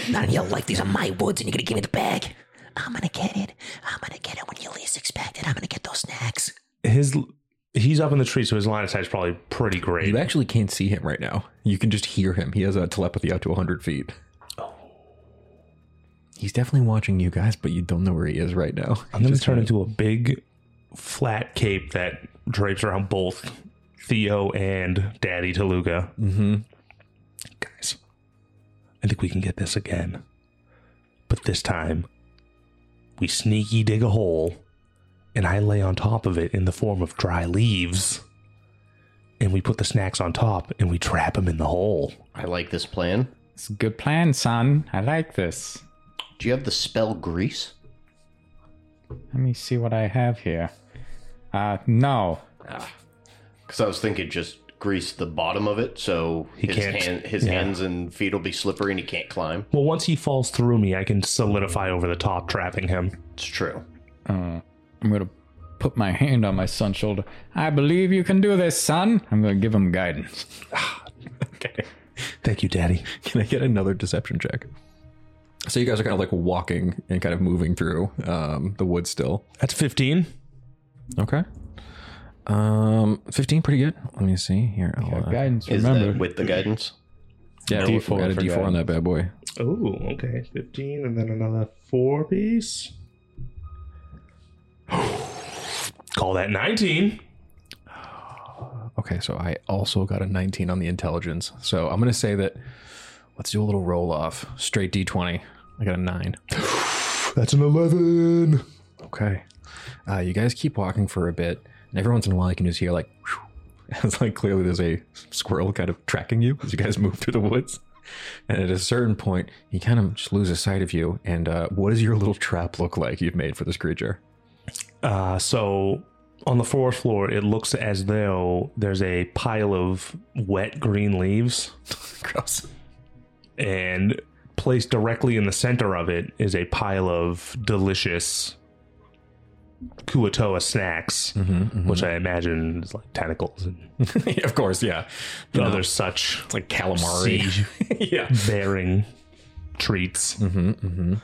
[SPEAKER 6] None of you like these are my woods, and you're gonna give me the bag. I'm gonna get it. I'm gonna get it when you least expect it. I'm gonna get those snacks.
[SPEAKER 3] His he's up in the tree, so his line of sight is probably pretty great.
[SPEAKER 1] "You actually can't see him right now. You can just hear him. He has a telepathy out to 100 feet." Oh. He's definitely watching you guys, but you don't know where he is right now.
[SPEAKER 3] I'm gonna turn into a big flat cape that drapes around both Theo and Daddy Toluga.
[SPEAKER 1] Mm-hmm.
[SPEAKER 3] Guys, I think we can get this again. But this time, we sneaky dig a hole, and I lay on top of it in the form of dry leaves. And we put the snacks on top and we trap them in the hole.
[SPEAKER 2] I like this plan.
[SPEAKER 5] It's a good plan, son. I like this.
[SPEAKER 2] Do you have the spell grease?
[SPEAKER 5] Let me see what I have here. Uh, no.
[SPEAKER 2] Because I was thinking just grease the bottom of it so his,
[SPEAKER 3] can't-
[SPEAKER 2] hand, his hands and feet will be slippery and he can't climb.
[SPEAKER 3] Well, once he falls through me, I can solidify over the top, trapping him.
[SPEAKER 2] It's true.
[SPEAKER 5] Uh, I'm gonna put my hand on my son's shoulder. I believe you can do this, son. I'm gonna give him guidance.
[SPEAKER 1] Okay.
[SPEAKER 3] Thank you, Daddy.
[SPEAKER 1] Can I get another deception check? So you guys are kind of like walking and kind of moving through um, the woods still.
[SPEAKER 3] That's 15.
[SPEAKER 1] Okay. Um, 15, pretty good. Let me see here. I'll, uh,
[SPEAKER 5] Guidance,
[SPEAKER 2] Is
[SPEAKER 5] remember.
[SPEAKER 2] that with the guidance?
[SPEAKER 1] yeah,
[SPEAKER 5] D4
[SPEAKER 1] we'll- we'll add a
[SPEAKER 5] for
[SPEAKER 1] D4 on
[SPEAKER 5] guidance.
[SPEAKER 1] that bad boy.
[SPEAKER 3] Oh, okay. 15 and then another four piece. Call that 19.
[SPEAKER 1] Okay, so I also got a 19 on the intelligence. So I'm going to say that let's do a little roll off. Straight D20. I got a 9.
[SPEAKER 3] That's an 11.
[SPEAKER 1] Okay. Uh, you guys keep walking for a bit, and every once in a while you can just hear like, whew. it's like clearly there's a squirrel kind of tracking you as you guys move through the woods. And at a certain point, he kind of just loses sight of you. And uh, what does your little trap look like you've made for this creature?
[SPEAKER 3] Uh, so on the fourth floor, it looks as though there's a pile of wet green leaves.
[SPEAKER 9] Gross.
[SPEAKER 3] and placed directly in the center of it is a pile of delicious kuatoa snacks, which I imagine is like tentacles and
[SPEAKER 9] of course, Mm-hmm, yeah.
[SPEAKER 3] other such
[SPEAKER 9] It's like calamari.
[SPEAKER 3] sea
[SPEAKER 9] yeah. Mm-hmm,
[SPEAKER 3] bearing treats.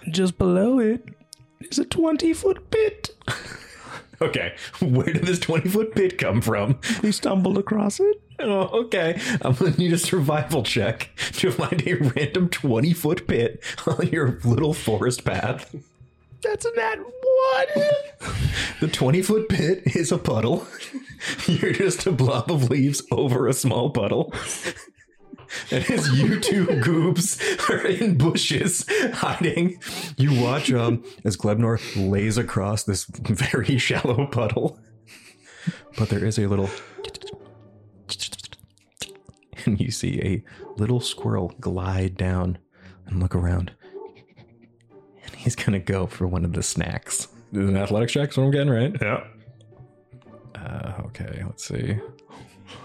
[SPEAKER 8] Just below it is a 20 foot pit.
[SPEAKER 9] Okay. Where did this 20 foot pit come from?
[SPEAKER 8] We stumbled across it.
[SPEAKER 9] Oh, okay. I'm going to need a survival check to find a random 20 foot pit on your little forest path. That's a nat one. the 20 foot pit is a puddle. You're just a blob of leaves over a small puddle. And as you two goobs are in bushes hiding, you watch um, as Glebnor lays across this very shallow puddle. But there is a little and you see a little squirrel glide down and look around. And he's gonna go for one of the snacks.
[SPEAKER 1] This is an athletics check, so I'm getting right.
[SPEAKER 3] Yeah.
[SPEAKER 1] Uh, okay, let's see.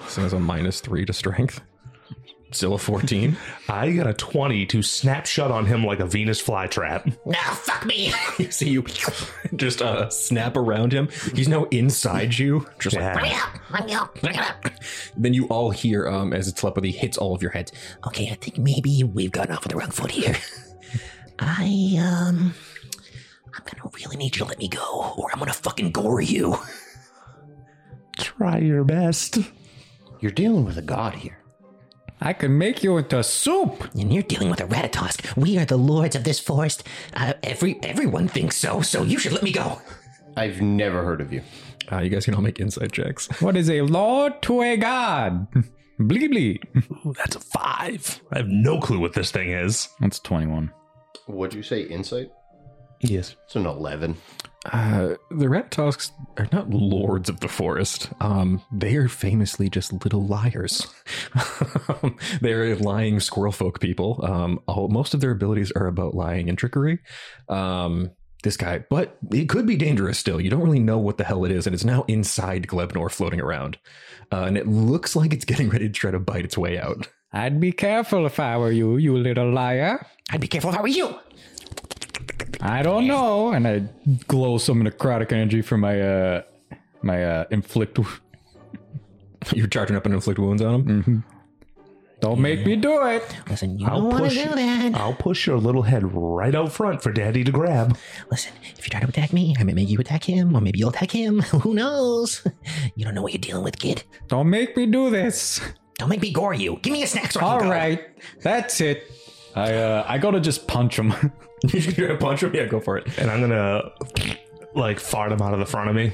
[SPEAKER 1] This thing has a minus three to strength. Still a 14.
[SPEAKER 3] I got a 20 to snap shut on him like a Venus flytrap.
[SPEAKER 6] Ah,
[SPEAKER 9] You see you just uh, snap around him. He's now inside you. Just like
[SPEAKER 3] Yeah.
[SPEAKER 1] then you all hear um, as its telepathy hits all of your heads.
[SPEAKER 6] Okay, I think maybe we've gotten off on the wrong foot here. I um, I'm gonna really need you to let me go, or I'm gonna fucking gore you.
[SPEAKER 8] Try your best.
[SPEAKER 2] You're dealing with a god here.
[SPEAKER 5] I can make you into soup.
[SPEAKER 6] And you're dealing with a ratatosk. We are the lords of this forest. Uh, every everyone thinks so, so you should let me go.
[SPEAKER 2] I've never heard of you.
[SPEAKER 1] Uh, you guys can all make insight checks.
[SPEAKER 5] What is a lord to a god? Blee blee.
[SPEAKER 3] Ooh, that's a five. I have no clue what this thing is.
[SPEAKER 4] That's 21.
[SPEAKER 2] What'd you say? Insight?
[SPEAKER 3] Yes.
[SPEAKER 2] It's an eleven.
[SPEAKER 1] Uh, the Ratatosk are not lords of the forest. Um, they are famously just little liars. They're lying squirrel folk people. Um, all, most of their abilities are about lying and trickery. Um, this guy, but it could be dangerous still. You don't really know what the hell it is, and it's now inside Glebnor floating around. Uh, and it looks like it's getting ready to try to bite its way out.
[SPEAKER 5] I'd be careful if I were you, you little liar.
[SPEAKER 6] I'd be careful. How are you?
[SPEAKER 5] I don't know. And I glow some necrotic energy from my uh my uh inflict.
[SPEAKER 1] You're charging up and inflict wounds on him.
[SPEAKER 5] Don't make me do it.
[SPEAKER 6] Listen, you Uh,
[SPEAKER 3] I'll
[SPEAKER 6] don't want
[SPEAKER 3] push
[SPEAKER 6] to
[SPEAKER 3] you.
[SPEAKER 6] do that.
[SPEAKER 3] I'll push your little head right out front for daddy to grab.
[SPEAKER 6] Listen, if you try to attack me, I may make you attack him, or maybe you'll attack him. Who knows? You don't know what you're dealing with, kid.
[SPEAKER 5] Don't make me do this.
[SPEAKER 6] Don't make me gore you. Give me a snack so I can
[SPEAKER 5] All
[SPEAKER 6] go.
[SPEAKER 5] right, that's it.
[SPEAKER 4] I uh, I gotta just punch him.
[SPEAKER 1] You're gonna punch him. Yeah, go for it.
[SPEAKER 3] And I'm gonna like fart him out of the front of me.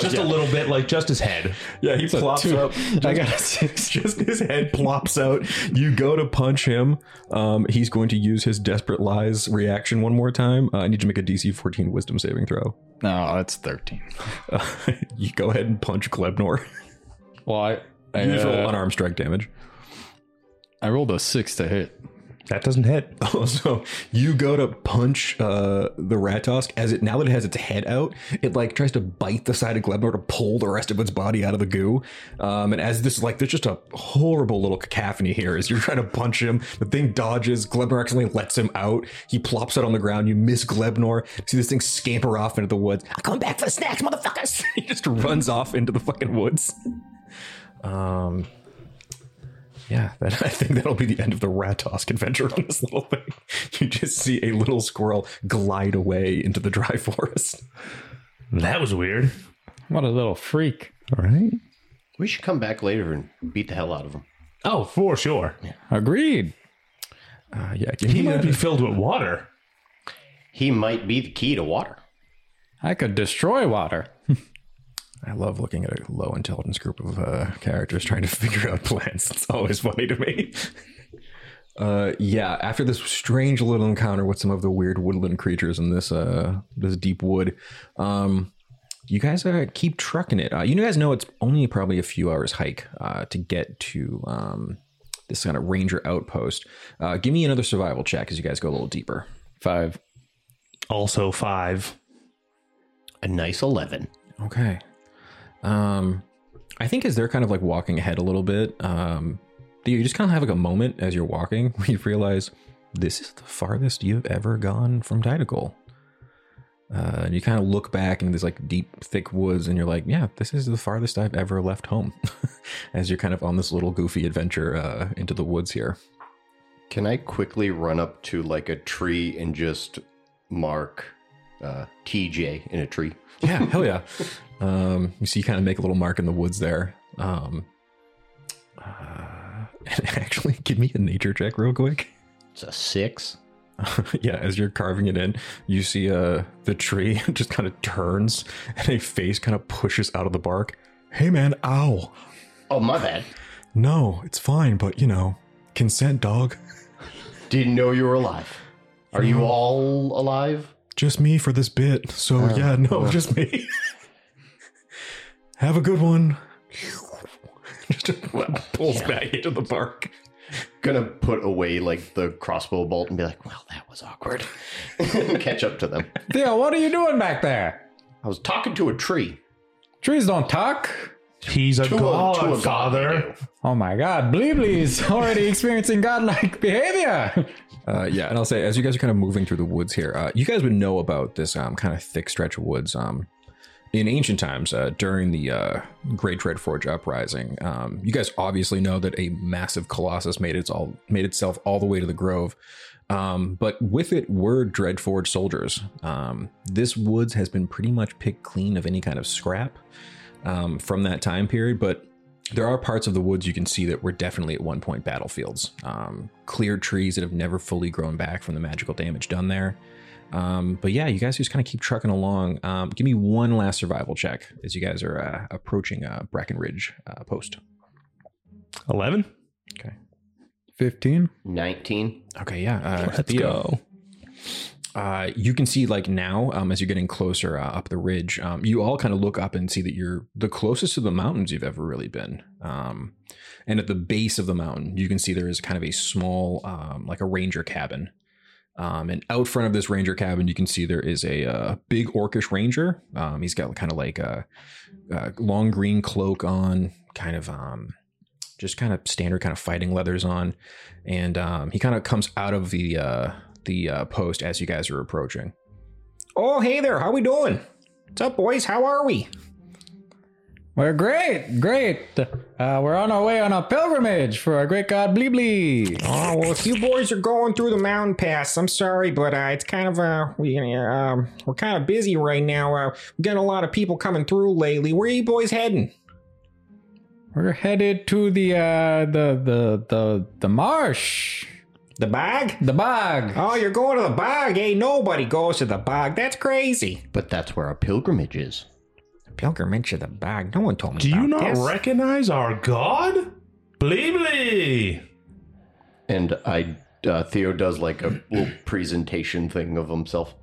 [SPEAKER 3] just a little bit, like just his head.
[SPEAKER 1] Yeah, he plops up. I got a six. Just his head plops out. You go to punch him. Um, he's going to use his desperate lies reaction one more time. Uh, I need you to make a DC 14 Wisdom saving throw.
[SPEAKER 4] no, that's 13.
[SPEAKER 1] Uh, you go ahead and punch Glebnor.
[SPEAKER 4] Well, I I,
[SPEAKER 1] Usual
[SPEAKER 4] uh,
[SPEAKER 1] unarmed strike damage.
[SPEAKER 4] I rolled a six to hit.
[SPEAKER 3] That doesn't hit.
[SPEAKER 1] Also, you go to punch uh, the Rattosk as it now that it has its head out, it like tries to bite the side of Glebnor to pull the rest of its body out of the goo. Um, and as this like there's just a horrible little cacophony here as you're trying to punch him, the thing dodges. Glebnor accidentally lets him out. He plops out on the ground. You miss Glebnor. See this thing scamper off into the woods.
[SPEAKER 6] I'll come back for the snacks, motherfuckers.
[SPEAKER 1] he just runs off into the fucking woods. Um. Yeah, that, I think that'll be the end of the Rattosk adventure on this little thing. You just see a little squirrel glide away into the dry forest.
[SPEAKER 3] That was weird.
[SPEAKER 5] What a little freak.
[SPEAKER 8] All right.
[SPEAKER 2] We should come back later and beat the hell out of him.
[SPEAKER 3] Oh, for sure.
[SPEAKER 5] Agreed.
[SPEAKER 1] Uh, yeah,
[SPEAKER 3] He might be filled with water.
[SPEAKER 2] He might be the key to water.
[SPEAKER 5] I could destroy water.
[SPEAKER 1] I love looking at a low intelligence group of uh, characters trying to figure out plans. It's always funny to me. Uh, yeah, after this strange little encounter with some of the weird woodland creatures in this uh, this deep wood, um, you guys uh, keep trucking it. Uh, you guys know it's only probably a few hours hike uh, to get to um, this kind of ranger outpost. Uh, give me another survival check as you guys go a little deeper.
[SPEAKER 4] Five.
[SPEAKER 3] Also five.
[SPEAKER 2] A nice eleven.
[SPEAKER 1] Okay. Um, I think as they're kind of like walking ahead a little bit, um, you just kind of have like a moment as you're walking where you realize this is the farthest you've ever gone from Tentacle. Uh, and you kind of look back into this like deep, thick woods, and you're like, yeah, this is the farthest I've ever left home. as you're kind of on this little goofy adventure uh, into the woods here.
[SPEAKER 2] Can I quickly run up to like a tree and just mark uh, TJ in a tree?
[SPEAKER 1] Yeah, hell yeah. Um, you see, you kind of make a little mark in the woods there. Um, uh, and actually, give me a nature check real quick.
[SPEAKER 2] It's a six.
[SPEAKER 1] yeah, as you're carving it in, you see uh, the tree just kind of turns and a face kind of pushes out of the bark. Hey, man, ow.
[SPEAKER 2] Oh, my bad.
[SPEAKER 1] No, it's fine, but you know, consent, dog.
[SPEAKER 2] Didn't know you were alive. Are you all alive?
[SPEAKER 1] Just me for this bit. So, yeah, no, just me. Have a good one. just pulls back into the bark.
[SPEAKER 2] Gonna put away like the crossbow bolt and be like, well, that was awkward. Catch up to them.
[SPEAKER 5] Theo, what are you doing back there?
[SPEAKER 2] I was talking to a tree.
[SPEAKER 5] Trees don't talk.
[SPEAKER 3] He's a
[SPEAKER 2] To a- to a god,
[SPEAKER 3] god, father.
[SPEAKER 2] they do.
[SPEAKER 5] Oh my god, Bleebly's already experiencing godlike behavior.
[SPEAKER 1] Uh, yeah, and I'll say as you guys are kind of moving through the woods here, uh, you guys would know about this um, kind of thick stretch of woods. Um, in ancient times, uh, during the uh, Great Dreadforge uprising, um, you guys obviously know that a massive colossus made its all made itself all the way to the grove. Um, but with it were Dreadforge soldiers. Um, this woods has been pretty much picked clean of any kind of scrap um, from that time period, but there are parts of the woods you can see that were definitely at one point battlefields. Um, cleared trees that have never fully grown back from the magical damage done there. Um, but yeah, you guys just kind of keep trucking along. Um, give me one last survival check as you guys are uh, approaching uh, Brackenridge uh, Post.
[SPEAKER 3] 11?
[SPEAKER 5] 15?
[SPEAKER 2] 19.
[SPEAKER 1] Okay, yeah. Uh, Theo. Uh, you can see like now um, as you're getting closer uh, up the ridge um, you all kind of look up and see that you're the closest to the mountains you've ever really been um, and at the base of the mountain you can see there is kind of a small um, like a ranger cabin um, and out front of this ranger cabin you can see there is a uh, big orcish ranger um, he's got kind of like a, a long green cloak on kind of um, just kind of standard kind of fighting leathers on and um, he kind of comes out of the uh, the uh, post as you guys are approaching. Oh, hey there, how we doing? What's up, boys? How are we?
[SPEAKER 5] We're great, great. Uh, we're on our way on a pilgrimage for our great god Bleebly.
[SPEAKER 7] Oh, well, if you boys are going through the mountain pass, I'm sorry, but uh, it's kind of uh, we uh, um, we're kind of busy right now. Uh, we got a lot of people coming through lately. Where are you boys heading?
[SPEAKER 5] We're headed to the uh, the the the the marsh,
[SPEAKER 7] The bog?
[SPEAKER 5] the bog.
[SPEAKER 7] Oh, you're going to the bog? Hey, nobody goes to the bog. That's crazy.
[SPEAKER 2] But that's where our pilgrimage is.
[SPEAKER 7] Pilgrimage to the bog. No one told me.
[SPEAKER 3] Do you
[SPEAKER 7] about
[SPEAKER 3] not
[SPEAKER 7] this.
[SPEAKER 3] recognize our god? Bleebly!
[SPEAKER 2] And I, uh, Theo does like a little presentation thing of himself.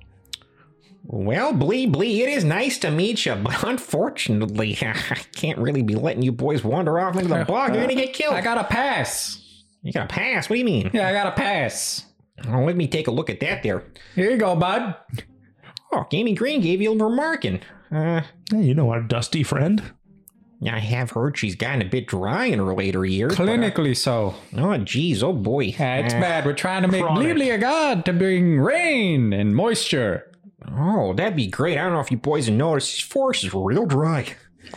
[SPEAKER 7] Well, Blee Blee, it is nice to meet you, but unfortunately, I can't really be letting you boys wander off into the bog. You're gonna get killed.
[SPEAKER 5] I got a pass.
[SPEAKER 7] you got a pass. What do you mean?
[SPEAKER 5] Yeah, I got a pass.
[SPEAKER 7] Oh, let me take a look at that there.
[SPEAKER 5] Here you go, bud.
[SPEAKER 7] Oh, Gamey Green gave you a remarking. Uh,
[SPEAKER 3] Yeah, you know our dusty friend.
[SPEAKER 7] I have heard she's gotten a bit dry in her later years. but, uh,
[SPEAKER 5] Clinically so.
[SPEAKER 7] oh, geez, oh boy.
[SPEAKER 5] Yeah, it's
[SPEAKER 10] Eh,
[SPEAKER 7] Uh,
[SPEAKER 5] bad. We're trying to make
[SPEAKER 3] Chronic.
[SPEAKER 5] Bleebly a god to bring rain and moisture.
[SPEAKER 7] Oh, that'd be great. I don't know if you boys have noticed, this forest is real dry.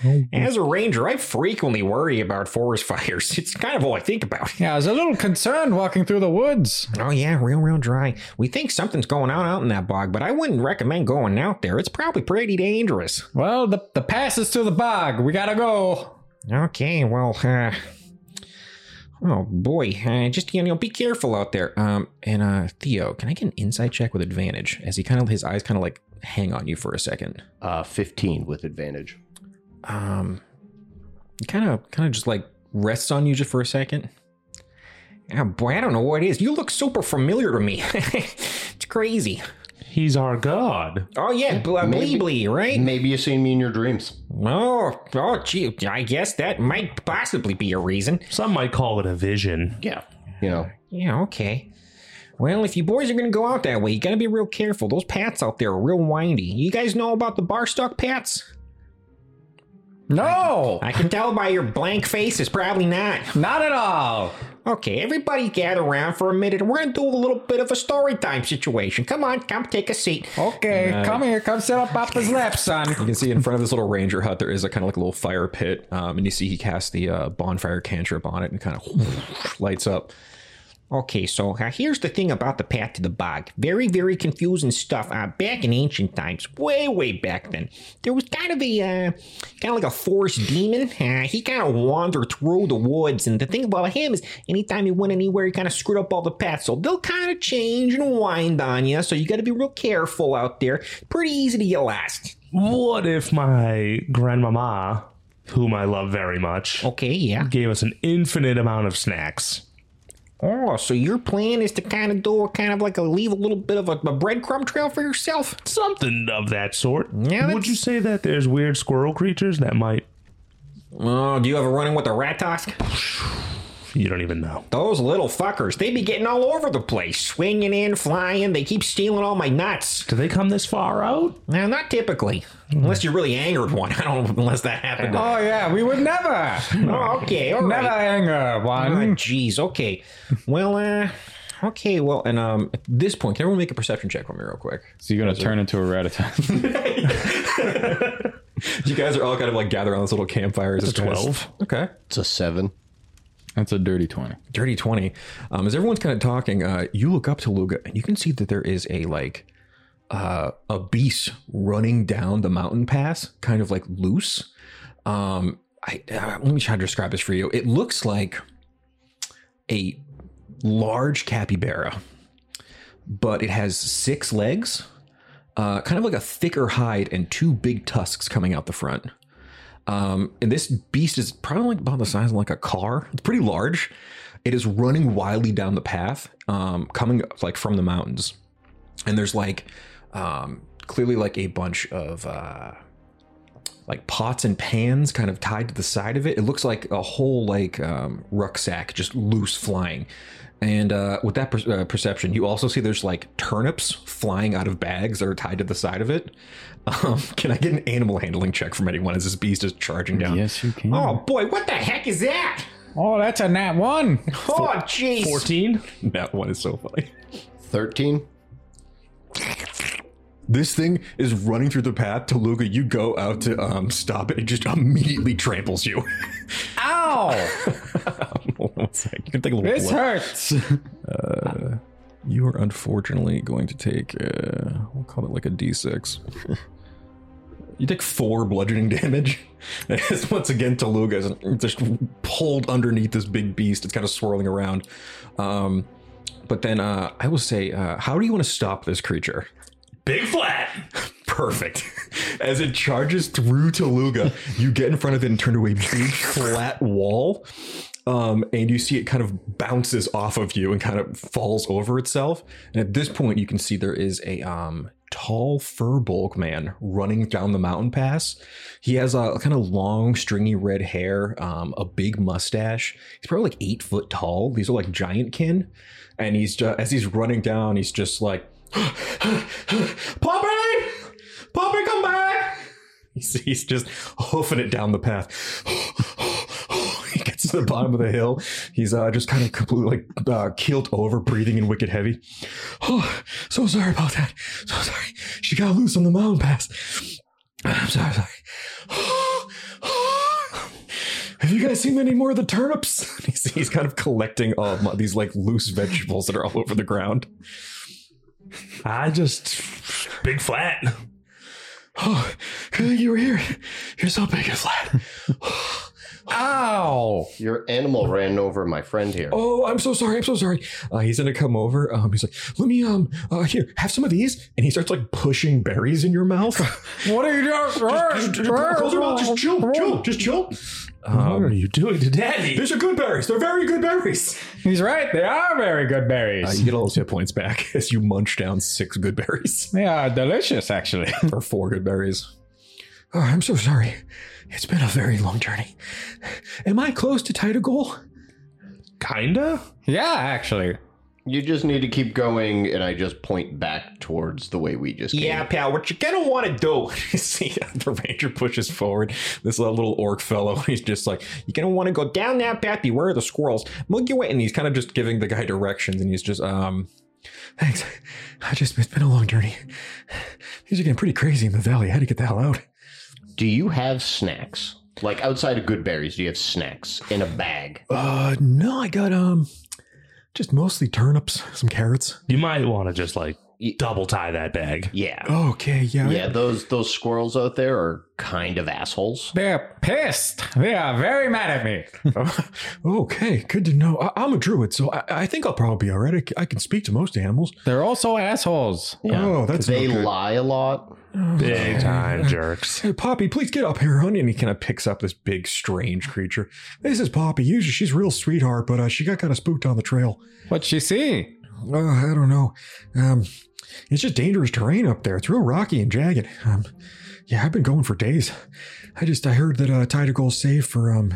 [SPEAKER 5] Oh,
[SPEAKER 7] As a ranger, I frequently worry about forest fires. It's kind of all I think about.
[SPEAKER 5] Yeah, I was a little concerned walking through the woods.
[SPEAKER 7] Oh yeah, real, real dry. We think something's going on out in that bog, but I wouldn't recommend going out there. It's probably pretty dangerous.
[SPEAKER 5] Well, the, the pass is to the bog. We gotta go.
[SPEAKER 7] Okay, well, uh, oh boy, uh, just you know, be careful out there. Um, and uh, Theo, can I get an insight check with advantage? As he kind of his eyes kind of like hang on you for a second.
[SPEAKER 2] Uh, 15 with advantage.
[SPEAKER 1] Um,
[SPEAKER 7] Kind of, kind of just like rests on you just for a second. Oh boy, I don't know what it is. You look super familiar to me. it's crazy.
[SPEAKER 3] He's our god.
[SPEAKER 7] Oh yeah, bl- uh,
[SPEAKER 2] Maybe-
[SPEAKER 7] Bleebly, right?
[SPEAKER 2] Maybe you've seen me in your dreams.
[SPEAKER 7] Oh, oh, gee, I guess that might possibly be a reason.
[SPEAKER 3] Some might call it a vision.
[SPEAKER 2] Yeah. You know,
[SPEAKER 7] Yeah, okay. Well, if you boys are gonna go out that way, you gotta be real careful. Those paths out there are real windy. You guys know about the Barstock paths?
[SPEAKER 5] No,
[SPEAKER 11] I can tell by your blank face it's probably not.
[SPEAKER 5] not at all.
[SPEAKER 11] Okay, everybody gather around for a minute and we're gonna do a little bit of a story time situation. Come on, come take a seat.
[SPEAKER 5] Okay, come here, come sit up Papa's lap, son.
[SPEAKER 7] You can see in front of this little ranger hut, there is a kind of like a little fire pit, um, and you see he casts the uh, bonfire cantrip on it and kind of lights up.
[SPEAKER 11] Okay, so uh, here's the thing about the path to the bog. Very, very confusing stuff. Uh, back in ancient times, way, way back then, there was kind of a, uh, kind of like a forest demon. Uh, he kind of wandered through the woods, and the thing about him is, anytime he went anywhere, he kind of screwed up all the paths. So they'll kind of change and wind on you. So you got to be real careful out there. Pretty easy to get lost.
[SPEAKER 3] What if my grandmama, whom I love very much,
[SPEAKER 11] Okay, yeah.
[SPEAKER 3] gave us an infinite amount of snacks?
[SPEAKER 11] Oh, so your plan is to kind of do a kind of like a leave a little bit of a, a breadcrumb trail for yourself?
[SPEAKER 3] Something of that sort.
[SPEAKER 11] Yeah,
[SPEAKER 3] Would
[SPEAKER 11] that's-
[SPEAKER 3] you say that there's weird squirrel creatures that might
[SPEAKER 11] Oh, do you ever run in with a rat task?
[SPEAKER 3] you don't even know?
[SPEAKER 11] Those little fuckers, they be getting all over the place, swinging in, flying. They keep stealing all my nuts.
[SPEAKER 3] Do they come this far out?
[SPEAKER 11] Now, not typically, unless you really angered one. I don't, unless that happened.
[SPEAKER 5] Oh yeah, we would never,
[SPEAKER 11] Oh, okay, all
[SPEAKER 5] never
[SPEAKER 11] right.
[SPEAKER 5] anger
[SPEAKER 11] Ah,
[SPEAKER 5] one.
[SPEAKER 11] Jeez, okay. Well, uh, okay, well, and um, at this point, can everyone make a perception check for me, real quick?
[SPEAKER 10] So you're gonna turn into a ratata.
[SPEAKER 7] You guys are all kind of like gather on this little campfire. It's
[SPEAKER 3] twelve.
[SPEAKER 7] Okay.
[SPEAKER 2] It's a seven.
[SPEAKER 10] That's a dirty twenty.
[SPEAKER 7] Dirty 20. Um, as everyone's kind of talking, uh, you look up to Luga and you can see that there is a like uh, a beast running down the mountain pass, kind of like loose. Um, I, uh, let me try to describe this for you. It looks like a large capybara, but it has six legs, uh, kind of like a thicker hide, and two big tusks coming out the front. Um, and this beast is probably like about the size of like a car. It's pretty large. It is running wildly down the path, um, coming like from the mountains. And there's like um, clearly like a bunch of uh, like pots and pans kind of tied to the side of it. It looks like a whole like um, rucksack just loose flying. And uh, with that per- uh, perception, you also see there's like turnips flying out of bags that are tied to the side of it. Um, can I get an animal handling check from anyone as this beast is charging down?
[SPEAKER 10] Yes, you can.
[SPEAKER 11] Oh boy, what the heck is that?
[SPEAKER 5] Oh, that's a nat one.
[SPEAKER 11] Oh, jeez.
[SPEAKER 3] Fourteen?
[SPEAKER 7] That one is so funny.
[SPEAKER 2] Thirteen.
[SPEAKER 7] This thing is running through the path. Toluga, you go out to um, stop it. It just immediately tramples you.
[SPEAKER 5] Ow,
[SPEAKER 7] Hold on one sec. You can take a little.
[SPEAKER 5] this
[SPEAKER 7] blip.
[SPEAKER 5] hurts.
[SPEAKER 7] You are unfortunately going to take, uh, we'll call it like a d6. you take four bludgeoning damage. As once again, Toluga is just pulled underneath this big beast. It's kind of swirling around. Um, but then uh, I will say, uh, how do you want to stop this creature?
[SPEAKER 3] Big flat.
[SPEAKER 7] Perfect. As it charges through Toluga, you get in front of it and turn to a big flat wall. Um, and you see it kind of bounces off of you and kind of falls over itself. And at this point, you can see there is a um, tall fur bulk man running down the mountain pass. He has a kind of long, stringy red hair, um, a big mustache. He's probably like eight foot tall. These are like giant kin. And he's just, as he's running down, he's just like, Poppy! Poppy, come back! He's, he's just hoofing it down the path. he gets to the bottom of the hill. He's uh, just kind of completely like uh, keeled over, breathing in wicked heavy. Oh, so sorry about that. So sorry. She got loose on the mountain pass. I'm sorry. Oh, sorry. Have you guys seen any more of the turnips? he's, he's kind of collecting um, these like loose vegetables that are all over the ground.
[SPEAKER 3] I just big flat.
[SPEAKER 7] Oh, good thing you were here. You're so big and flat.
[SPEAKER 5] Ow.
[SPEAKER 2] Your animal ran over my friend here.
[SPEAKER 7] Oh, I'm so sorry. I'm so sorry. Uh, he's gonna come over. Um, he's like, let me um, uh, here, have some of these. And he starts like pushing berries in your mouth.
[SPEAKER 5] What are you
[SPEAKER 7] just, just- just- close your mouth. Just chill, chill, just chill.
[SPEAKER 3] what are you doing to daddy?
[SPEAKER 7] Um, These are good berries. They're very good berries.
[SPEAKER 5] He's right. They are very good
[SPEAKER 7] Uh,
[SPEAKER 5] berries.
[SPEAKER 7] you get all those hit points back as you munch down six good berries.
[SPEAKER 5] They are delicious, actually.
[SPEAKER 7] or four good berries. Oh, I'm so sorry. It's been a very long journey. Am I close to Tidal Goal?
[SPEAKER 3] Kinda?
[SPEAKER 5] yeah, actually.
[SPEAKER 2] You just need to keep going, and I just point back towards the way we just came.
[SPEAKER 9] Yeah, pal, what you're gonna want to do? See, uh, the ranger pushes forward. This uh, little orc fellow, he's just like, you're gonna want to go down that path. Beware of the squirrels. Mug you and he's kind of just giving the guy directions, and he's just, um, thanks. I just it's been a long journey. Things are getting pretty crazy in the valley. I had to get the hell out.
[SPEAKER 2] Do you have snacks? Like outside of good berries, do you have snacks in a bag?
[SPEAKER 9] Uh, no, I got um, just mostly turnips, some carrots.
[SPEAKER 3] You might want to just like double tie that bag.
[SPEAKER 2] Yeah.
[SPEAKER 9] Okay, oh, yeah,
[SPEAKER 2] Yeah, those those squirrels out there are kind of assholes.
[SPEAKER 5] They're pissed. They are very mad at me.
[SPEAKER 9] Okay, good to know. I, I'm a druid, so I, I think I'll probably be all right. I, c- I can speak to most animals.
[SPEAKER 5] They're also assholes.
[SPEAKER 9] Oh, that's
[SPEAKER 2] they
[SPEAKER 9] not good.
[SPEAKER 2] lie a lot.
[SPEAKER 3] Big time jerks.
[SPEAKER 9] Hey, Poppy, please get up here, honey. And he kind of picks up this big, strange creature. This is Poppy. Usually she's real sweetheart, but uh, she got kind of spooked on the trail.
[SPEAKER 5] What'd she see?
[SPEAKER 9] Uh, I don't know. Um, it's just dangerous terrain up there. It's real rocky and jagged. Um, yeah, I've been going for days. I just I heard that uh, Tidegal's safe for um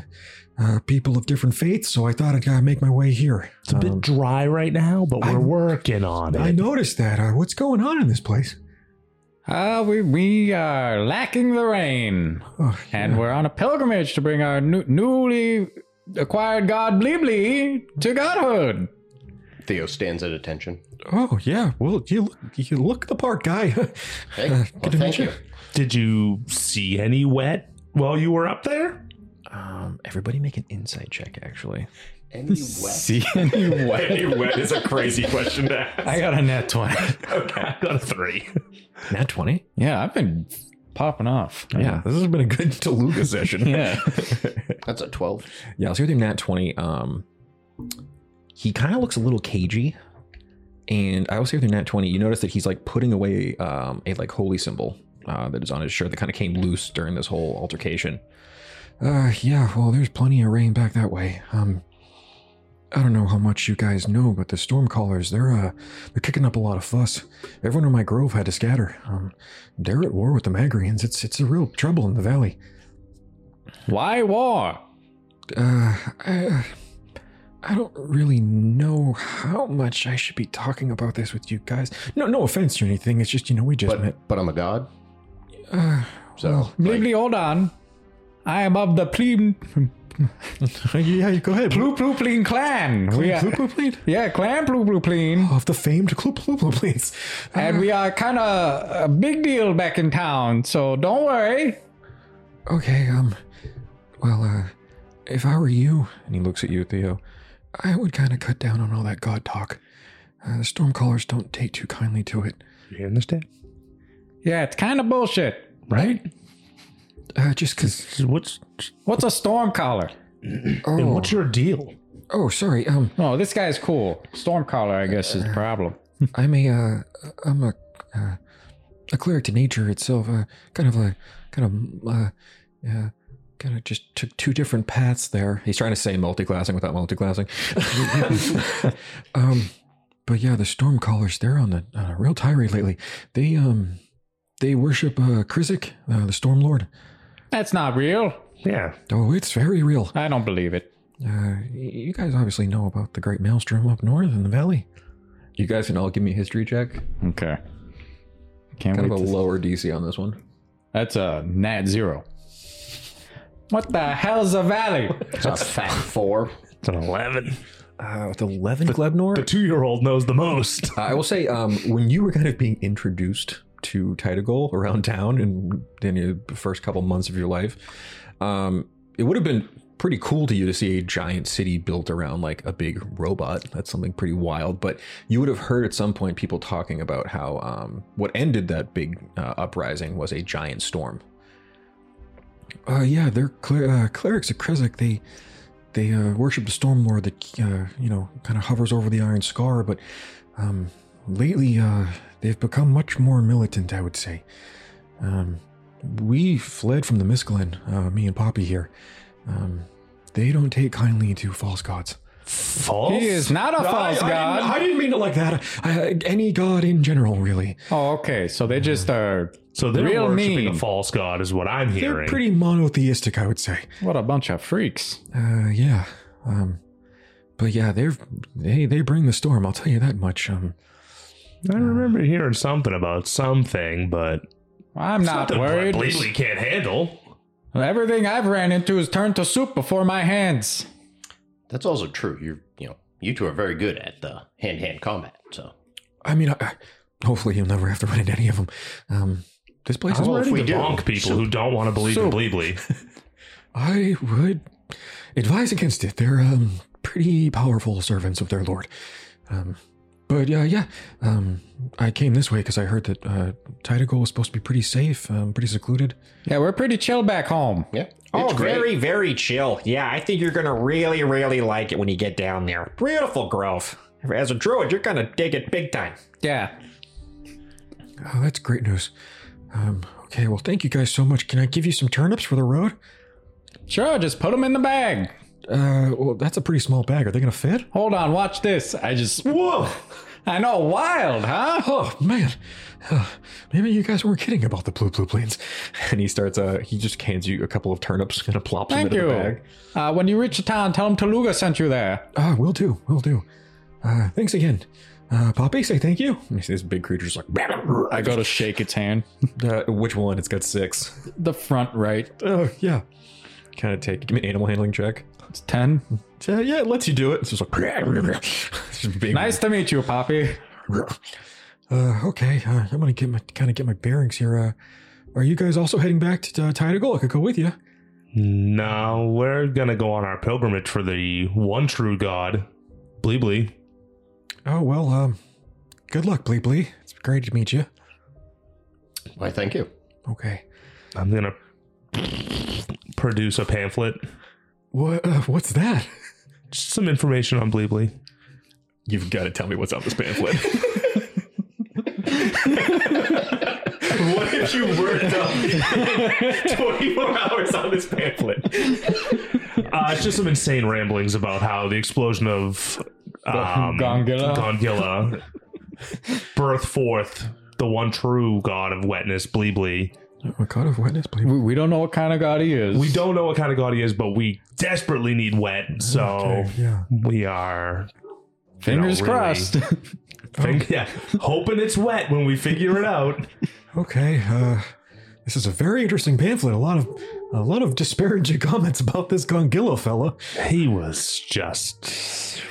[SPEAKER 9] uh, people of different faiths, so I thought I'd gotta make my way here.
[SPEAKER 3] It's a bit dry right now, but we're
[SPEAKER 9] I'm-
[SPEAKER 3] working on it.
[SPEAKER 9] I noticed that. Uh, what's going on in this place?
[SPEAKER 5] Uh, we, we are lacking the rain.
[SPEAKER 9] Oh,
[SPEAKER 5] And we're on a pilgrimage to bring our new, newly acquired god Bleebly to godhood.
[SPEAKER 2] Theo stands at attention.
[SPEAKER 9] oh yeah. Well, you look, you look the part, guy.
[SPEAKER 2] Hey,
[SPEAKER 9] Uh,
[SPEAKER 2] well,
[SPEAKER 9] good to meet
[SPEAKER 2] thank
[SPEAKER 9] you.
[SPEAKER 2] you.
[SPEAKER 3] Did you see any wet while you were up there?
[SPEAKER 7] Um, everybody make an insight check, actually.
[SPEAKER 2] Any
[SPEAKER 4] See any wet?
[SPEAKER 3] Any wet is a crazy question to ask.
[SPEAKER 5] I got a net 20.
[SPEAKER 3] okay, I got a three.
[SPEAKER 7] Nat 20?
[SPEAKER 4] Yeah, I've been popping off.
[SPEAKER 7] Yeah, this has been a good Toluga session.
[SPEAKER 4] Yeah.
[SPEAKER 2] That's a twelve.
[SPEAKER 7] Yeah, so with your nat 20, um, he kind of looks a little cagey. And I also with your nat 20, you notice that he's like putting away um, a like holy symbol uh, that is on his shirt that kind of came loose during this whole altercation.
[SPEAKER 1] Uh, yeah, well, there's plenty of rain back that way. Um, I don't know how much you guys know, but the Stormcallers, they're, uh, they're kicking up a lot of fuss. Everyone in my grove had to scatter. Um, they're at war with the Magrians. It's, it's a real trouble in the valley.
[SPEAKER 5] Why war?
[SPEAKER 1] Uh, I, I don't really know how much I should be talking about this with you guys. No, no offense or anything. It's just, you know, we just met.
[SPEAKER 2] But but I'm a god.
[SPEAKER 1] Uh,
[SPEAKER 2] So
[SPEAKER 1] Well,
[SPEAKER 2] like,
[SPEAKER 5] Bleebly, hold on. I am of the Pleem.
[SPEAKER 9] yeah, go ahead.
[SPEAKER 5] Plu Plu Pleen clan. We are- yeah, clan Plu Plu Pleen.
[SPEAKER 9] Of the famed Klupluplins.
[SPEAKER 5] And we are kind of a big deal back in town, so don't worry.
[SPEAKER 1] Okay, um, well, uh, if I were you, and he looks at you, Theo, I would kind of cut down on all that god talk. Uh, the Stormcallers don't take too kindly to it.
[SPEAKER 3] You hearing this, Dad?
[SPEAKER 5] Yeah, it's kind of bullshit.
[SPEAKER 3] Right?
[SPEAKER 1] Uh, just cause.
[SPEAKER 3] What's
[SPEAKER 5] What's a storm collar?
[SPEAKER 3] and
[SPEAKER 1] Oh,
[SPEAKER 3] what's your deal?
[SPEAKER 1] oh, sorry. Um,
[SPEAKER 5] No, this guy's cool. Storm collar, I guess, is the problem.
[SPEAKER 1] I'm a, uh, I'm a, uh, a cleric to nature itself. Uh, kind of a, kind of, uh, yeah, kind of just took two different paths there.
[SPEAKER 7] He's trying to say multiclassing without multiclassing.
[SPEAKER 1] Um, but yeah, the Stormcallers, they're on the on a real tirade lately. They, um, they worship, uh, Krizik, uh, the Stormlord.
[SPEAKER 5] That's not real.
[SPEAKER 3] Yeah.
[SPEAKER 1] Oh, it's very real.
[SPEAKER 5] I don't believe it.
[SPEAKER 1] Uh, you guys obviously know about the Great Maelstrom up north in the valley.
[SPEAKER 7] You guys can all give me a history check.
[SPEAKER 4] Okay. Can't
[SPEAKER 7] Kind of a
[SPEAKER 4] wait. to-
[SPEAKER 7] lower DC on this one.
[SPEAKER 5] That's a nat zero. What the hell's a valley?
[SPEAKER 2] it's a fat four.
[SPEAKER 3] It's an eleven.
[SPEAKER 7] Uh, with 11 Glebnor?
[SPEAKER 3] The two year old knows the most.
[SPEAKER 7] I will say, um, when you were kind of being introduced to Titagol around town in, in your first couple months of your life, um, it would have been pretty cool to you to see a giant city built around like a big robot. That's something pretty wild. But you would have heard at some point people talking about how um, what ended that big uh, uprising was a giant storm.
[SPEAKER 1] Uh, yeah, they're cler- uh, clerics of Kresik. They they uh, worship the Stormlord that uh, you know kind of hovers over the Iron Scar. But um, lately, uh, they've become much more militant. I would say. Um, we fled from the Miscellin, uh, me and Poppy here. Um, they don't take kindly to false gods.
[SPEAKER 3] False.
[SPEAKER 5] He is not a false god.
[SPEAKER 1] I didn't mean it like that. I, any god in general, really.
[SPEAKER 5] Oh, okay. So they just are.
[SPEAKER 3] so they're
[SPEAKER 5] Real
[SPEAKER 3] worshiping
[SPEAKER 5] mean.
[SPEAKER 3] a false god, is what I'm
[SPEAKER 1] They're
[SPEAKER 3] hearing.
[SPEAKER 1] pretty monotheistic, I would say.
[SPEAKER 5] What a bunch of freaks.
[SPEAKER 1] Uh, yeah. Um, But yeah, they're they they bring the storm. I'll tell you that much. Um,
[SPEAKER 3] I remember hearing something about something, but
[SPEAKER 5] I'm not
[SPEAKER 3] something
[SPEAKER 5] worried.
[SPEAKER 3] completely can't handle.
[SPEAKER 5] Everything I've ran into has turned to soup before my hands.
[SPEAKER 2] That's also true. You're, you know, you two are very good at the hand-to-hand combat. So,
[SPEAKER 1] I mean, I, I- hopefully you'll never have to run into any of them. Um, this place is
[SPEAKER 2] Oh,
[SPEAKER 3] How
[SPEAKER 1] ready
[SPEAKER 3] if we
[SPEAKER 1] to
[SPEAKER 3] do. bonk people who don't want to believe in Bleebly?
[SPEAKER 1] I would advise against it. They're um, pretty powerful servants of their lord. Um, but yeah, yeah. Um, I came this way because I heard that uh, Tydagol was supposed to be pretty safe, um, pretty secluded.
[SPEAKER 5] Yeah, we're pretty chill back home.
[SPEAKER 2] yeah.
[SPEAKER 7] Oh,
[SPEAKER 2] It's great.
[SPEAKER 7] very, very chill. Yeah, I think you're gonna really, really like it when you get down there. Beautiful grove. As a druid, you're gonna dig it big time.
[SPEAKER 5] Yeah.
[SPEAKER 1] Oh, that's great news. Um, okay, well, thank you guys so much. Can I give you some turnips for the road?
[SPEAKER 5] Sure, just put them in the bag.
[SPEAKER 1] Uh, well, that's a pretty small bag. Are they gonna fit?
[SPEAKER 5] Hold on, watch this. I just.
[SPEAKER 3] Whoa!
[SPEAKER 5] I know, wild, huh?
[SPEAKER 1] Oh man, maybe you guys weren't kidding about the blue blue planes. And he starts. Uh, he just hands you a couple of turnips and plops
[SPEAKER 5] Thank
[SPEAKER 1] them into the
[SPEAKER 5] you.
[SPEAKER 1] bag.
[SPEAKER 5] Uh, when you reach the town, tell them Toluga sent you there.
[SPEAKER 1] Ah, will do, will do. Uh, thanks again, uh, Poppy. Say thank you. And you see this big creature's like,
[SPEAKER 12] I go to shake its hand.
[SPEAKER 1] uh, which one? It's got six.
[SPEAKER 5] The front right.
[SPEAKER 1] Oh yeah. Kind of take. Give me an animal handling check.
[SPEAKER 5] It's 10.
[SPEAKER 1] Uh, yeah, it lets you do it. It's just like it's just big.
[SPEAKER 5] Nice to meet you, Poppy.
[SPEAKER 1] Uh, okay, uh, I'm gonna get my kind of get my bearings here. Uh, are you guys also heading back to uh, Tydagol? I could go with you.
[SPEAKER 3] No, we're gonna go on our pilgrimage for the one true god, Bleebly.
[SPEAKER 1] Oh well, um, good luck, Bleebly. It's great to meet you.
[SPEAKER 2] Why, thank you.
[SPEAKER 1] Okay.
[SPEAKER 3] I'm gonna produce a pamphlet,
[SPEAKER 1] What? Uh, what's that?
[SPEAKER 3] just some information on Bleebly.
[SPEAKER 13] You've got to tell me what's on this pamphlet.
[SPEAKER 14] What if you worked up 24 hours on this pamphlet?
[SPEAKER 3] Uh, it's just some insane ramblings about how the explosion of um,
[SPEAKER 5] Gongilla?
[SPEAKER 3] Gongilla birth forth the one true god of wetness, Bleebly.
[SPEAKER 1] A god of witness, Bleebly.
[SPEAKER 5] We, we don't know what kind of god he is.
[SPEAKER 3] We don't know what kind of god he is, but we desperately need wet, so
[SPEAKER 1] Yeah.
[SPEAKER 3] we are
[SPEAKER 5] Fingers
[SPEAKER 3] No, really.
[SPEAKER 5] crossed.
[SPEAKER 3] think, yeah, hoping it's wet when we figure it out.
[SPEAKER 1] Okay. Uh, this is a very interesting pamphlet. A lot of a lot of disparaging comments about this Gongillo fella.
[SPEAKER 3] He was just.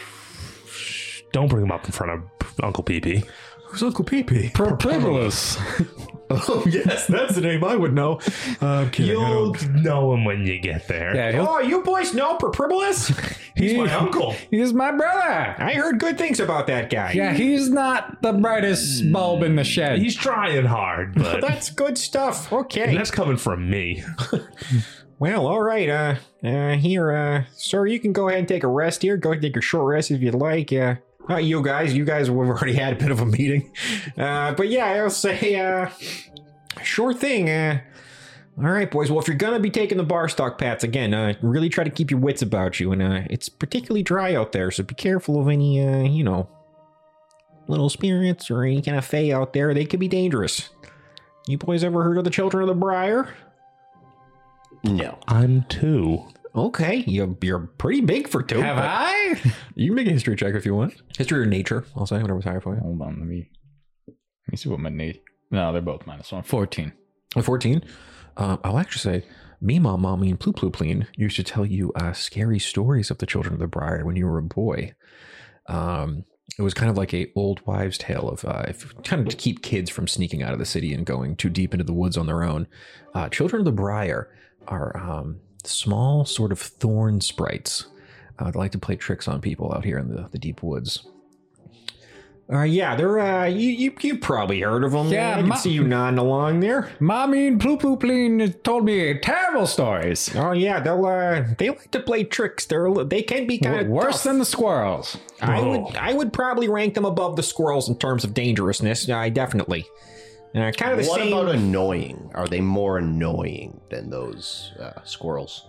[SPEAKER 3] Don't bring him up in front of Uncle Peepee.
[SPEAKER 1] Who's Uncle Peepee?
[SPEAKER 5] Propribilus.
[SPEAKER 1] Oh yes, that's the name I would know. Uh, I'm kidding. I
[SPEAKER 3] You'll
[SPEAKER 1] don't-
[SPEAKER 3] know him when you get there.
[SPEAKER 5] Yeah, he'll-
[SPEAKER 7] Oh, you boys know Propribilus?
[SPEAKER 3] He's
[SPEAKER 5] he-
[SPEAKER 3] my uncle.
[SPEAKER 5] He's my brother.
[SPEAKER 7] I heard good things about that guy.
[SPEAKER 5] Yeah, he's not the brightest bulb in the shed.
[SPEAKER 3] He's trying hard, but
[SPEAKER 7] That's good stuff.
[SPEAKER 3] and
[SPEAKER 7] Okay.
[SPEAKER 3] that's coming from me.
[SPEAKER 7] Well, all right. Uh, uh, here, uh, sir, you can go ahead and take a rest here. Go ahead and take a short rest if you'd like. Uh, not you guys. You guys, we've already had a bit of a meeting. Uh, but yeah, I'll say, uh, sure thing. Uh, all right, boys. Well, if you're gonna be taking the bar stock paths again, uh, really try to keep your wits about you. And uh, it's particularly dry out there, so be careful of any, uh, you know, little spirits or any kind of fey out there. They could be dangerous. You boys ever heard of the Children of the Briar?
[SPEAKER 2] No.
[SPEAKER 3] I'm two.
[SPEAKER 7] Okay, you, you're pretty big for two.
[SPEAKER 5] Have I?
[SPEAKER 13] you can make a history check if you want.
[SPEAKER 1] History or nature? I'll say whatever's higher for you.
[SPEAKER 12] Hold on, let me let me see what my need. No, they're both minus one. Fourteen.
[SPEAKER 13] A 14?
[SPEAKER 1] Um, I'll actually say, Mima, Mommy, and Plupluplin used to tell you uh, scary stories of the children of the briar when you were a boy. Um, it was kind of like a old wives' tale of uh, if, kind of to keep kids from sneaking out of the city and going too deep into the woods on their own. Uh, children of the briar are um, small, sort of thorn sprites. Uh, they like to play tricks on people out here in the, the deep woods.
[SPEAKER 7] Uh, yeah, they're uh, you you you probably heard of them.
[SPEAKER 5] Yeah,
[SPEAKER 7] I can
[SPEAKER 5] my-
[SPEAKER 7] see you nodding along there.
[SPEAKER 5] Mommy and Plupluplin told me terrible stories.
[SPEAKER 7] Oh yeah, they'll uh, they like to play tricks. They're a li- they can be kind of
[SPEAKER 5] W- worse than the squirrels.
[SPEAKER 7] I would I would probably rank them above the squirrels in terms of dangerousness. I definitely. Uh, kind of the
[SPEAKER 2] What
[SPEAKER 7] same.
[SPEAKER 2] about annoying? Are they more annoying than those uh, squirrels?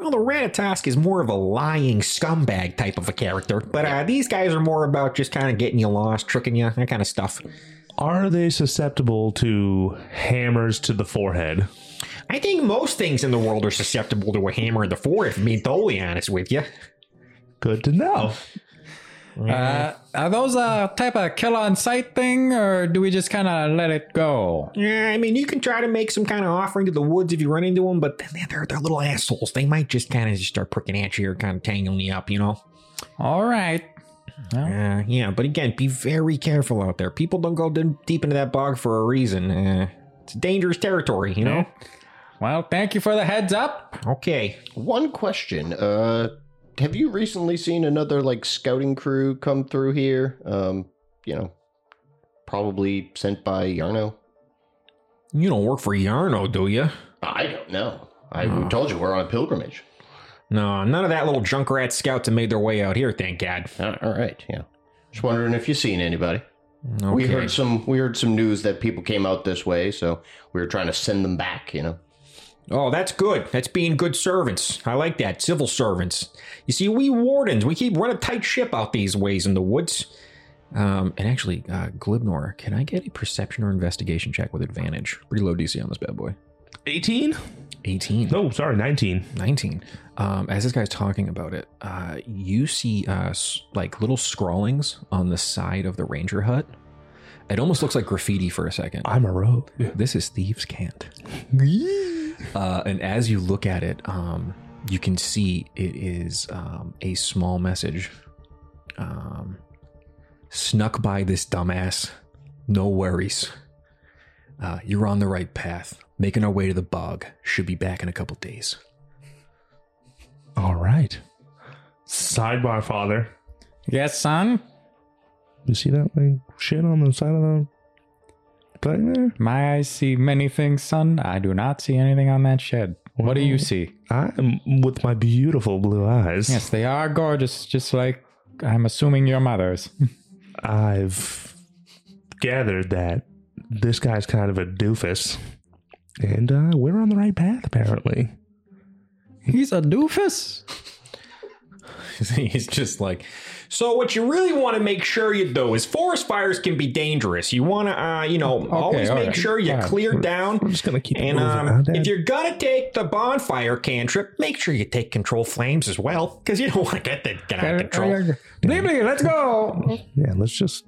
[SPEAKER 7] well, the Ratatosk is more of a lying scumbag type of a character, but uh, these guys are more about just kind of getting you lost, tricking you, that kind of stuff.
[SPEAKER 3] Are they susceptible to hammers to the forehead?
[SPEAKER 7] I think most things in the world are susceptible to a hammer in the forehead, if I'm being totally honest with you.
[SPEAKER 3] Good to know.
[SPEAKER 5] Uh, are those a type of kill on sight thing, or do we just kind of let it go?
[SPEAKER 7] Yeah, I mean, you can try to make some kind of offering to the woods if you run into them, but they're, they're, they're little assholes. They might just kind of just start pricking at you or kind of tangling you up, you know?
[SPEAKER 5] All right.
[SPEAKER 7] Uh, yeah, but again, be very careful out there. People don't go d- deep into that bog for a reason. Uh, it's dangerous territory, you know?
[SPEAKER 5] Well, thank you for the heads up.
[SPEAKER 7] Okay.
[SPEAKER 2] One question. Uh, have you recently seen another like scouting crew come through here? Um, you know, probably sent by Yarno.
[SPEAKER 1] You don't work for Yarno, do you?
[SPEAKER 2] I don't know. I told you we're on a pilgrimage.
[SPEAKER 1] No, none of that little junk rat scouts have made their way out here, thank God.
[SPEAKER 2] Uh, all right. Yeah. Just wondering if you've seen anybody.
[SPEAKER 1] Okay.
[SPEAKER 2] We heard some. We heard some news that people came out this way, so we were trying to send them back. You know.
[SPEAKER 1] Oh, that's good. That's being good servants. I like that. Civil servants. You see, we wardens, we keep running tight ship out these ways in the woods. Um, and actually, uh, Glibnor, can I get a perception or investigation check with advantage? Pretty low DC on this bad boy.
[SPEAKER 3] 18?
[SPEAKER 1] 18.
[SPEAKER 3] No, sorry, 19.
[SPEAKER 1] 19. Um, as this guy's talking about it, uh, you see uh, s- like little scrawlings on the side of the ranger hut. It almost looks like graffiti for a second.
[SPEAKER 3] I'm a rogue.
[SPEAKER 1] This is Thieves' Cant. uh, and as you look at it, um, you can see it is um, a small message. Um, snuck by this dumbass. No worries. Uh, you're on the right path. Making our way to the bog. Should be back in a couple days.
[SPEAKER 3] All right. Sidebar, father.
[SPEAKER 5] Yes, son.
[SPEAKER 3] You see that like shit on the side of the thing there?
[SPEAKER 5] My eyes see many things, son. I do not see anything on that shed. What do you see?
[SPEAKER 3] I am with my beautiful blue eyes.
[SPEAKER 5] Yes, they are gorgeous, just like I'm assuming your mother's.
[SPEAKER 3] I've gathered that this guy's kind of a doofus, and uh, we're on the right path apparently.
[SPEAKER 5] He's a doofus.
[SPEAKER 1] He's just like, so what you really want to make sure you do is forest fires can be dangerous. You want to, uh, you know, always
[SPEAKER 5] all
[SPEAKER 1] make
[SPEAKER 5] right.
[SPEAKER 1] sure you
[SPEAKER 5] All right.
[SPEAKER 1] clear down.
[SPEAKER 3] I'm just gonna keep
[SPEAKER 1] And
[SPEAKER 3] moving.
[SPEAKER 1] um,
[SPEAKER 3] Uh, that-
[SPEAKER 1] if you're gonna take the bonfire cantrip, make sure you take control flames as well, because you don't want to get that get out of control.
[SPEAKER 5] Blimey, let's go.
[SPEAKER 3] yeah, let's just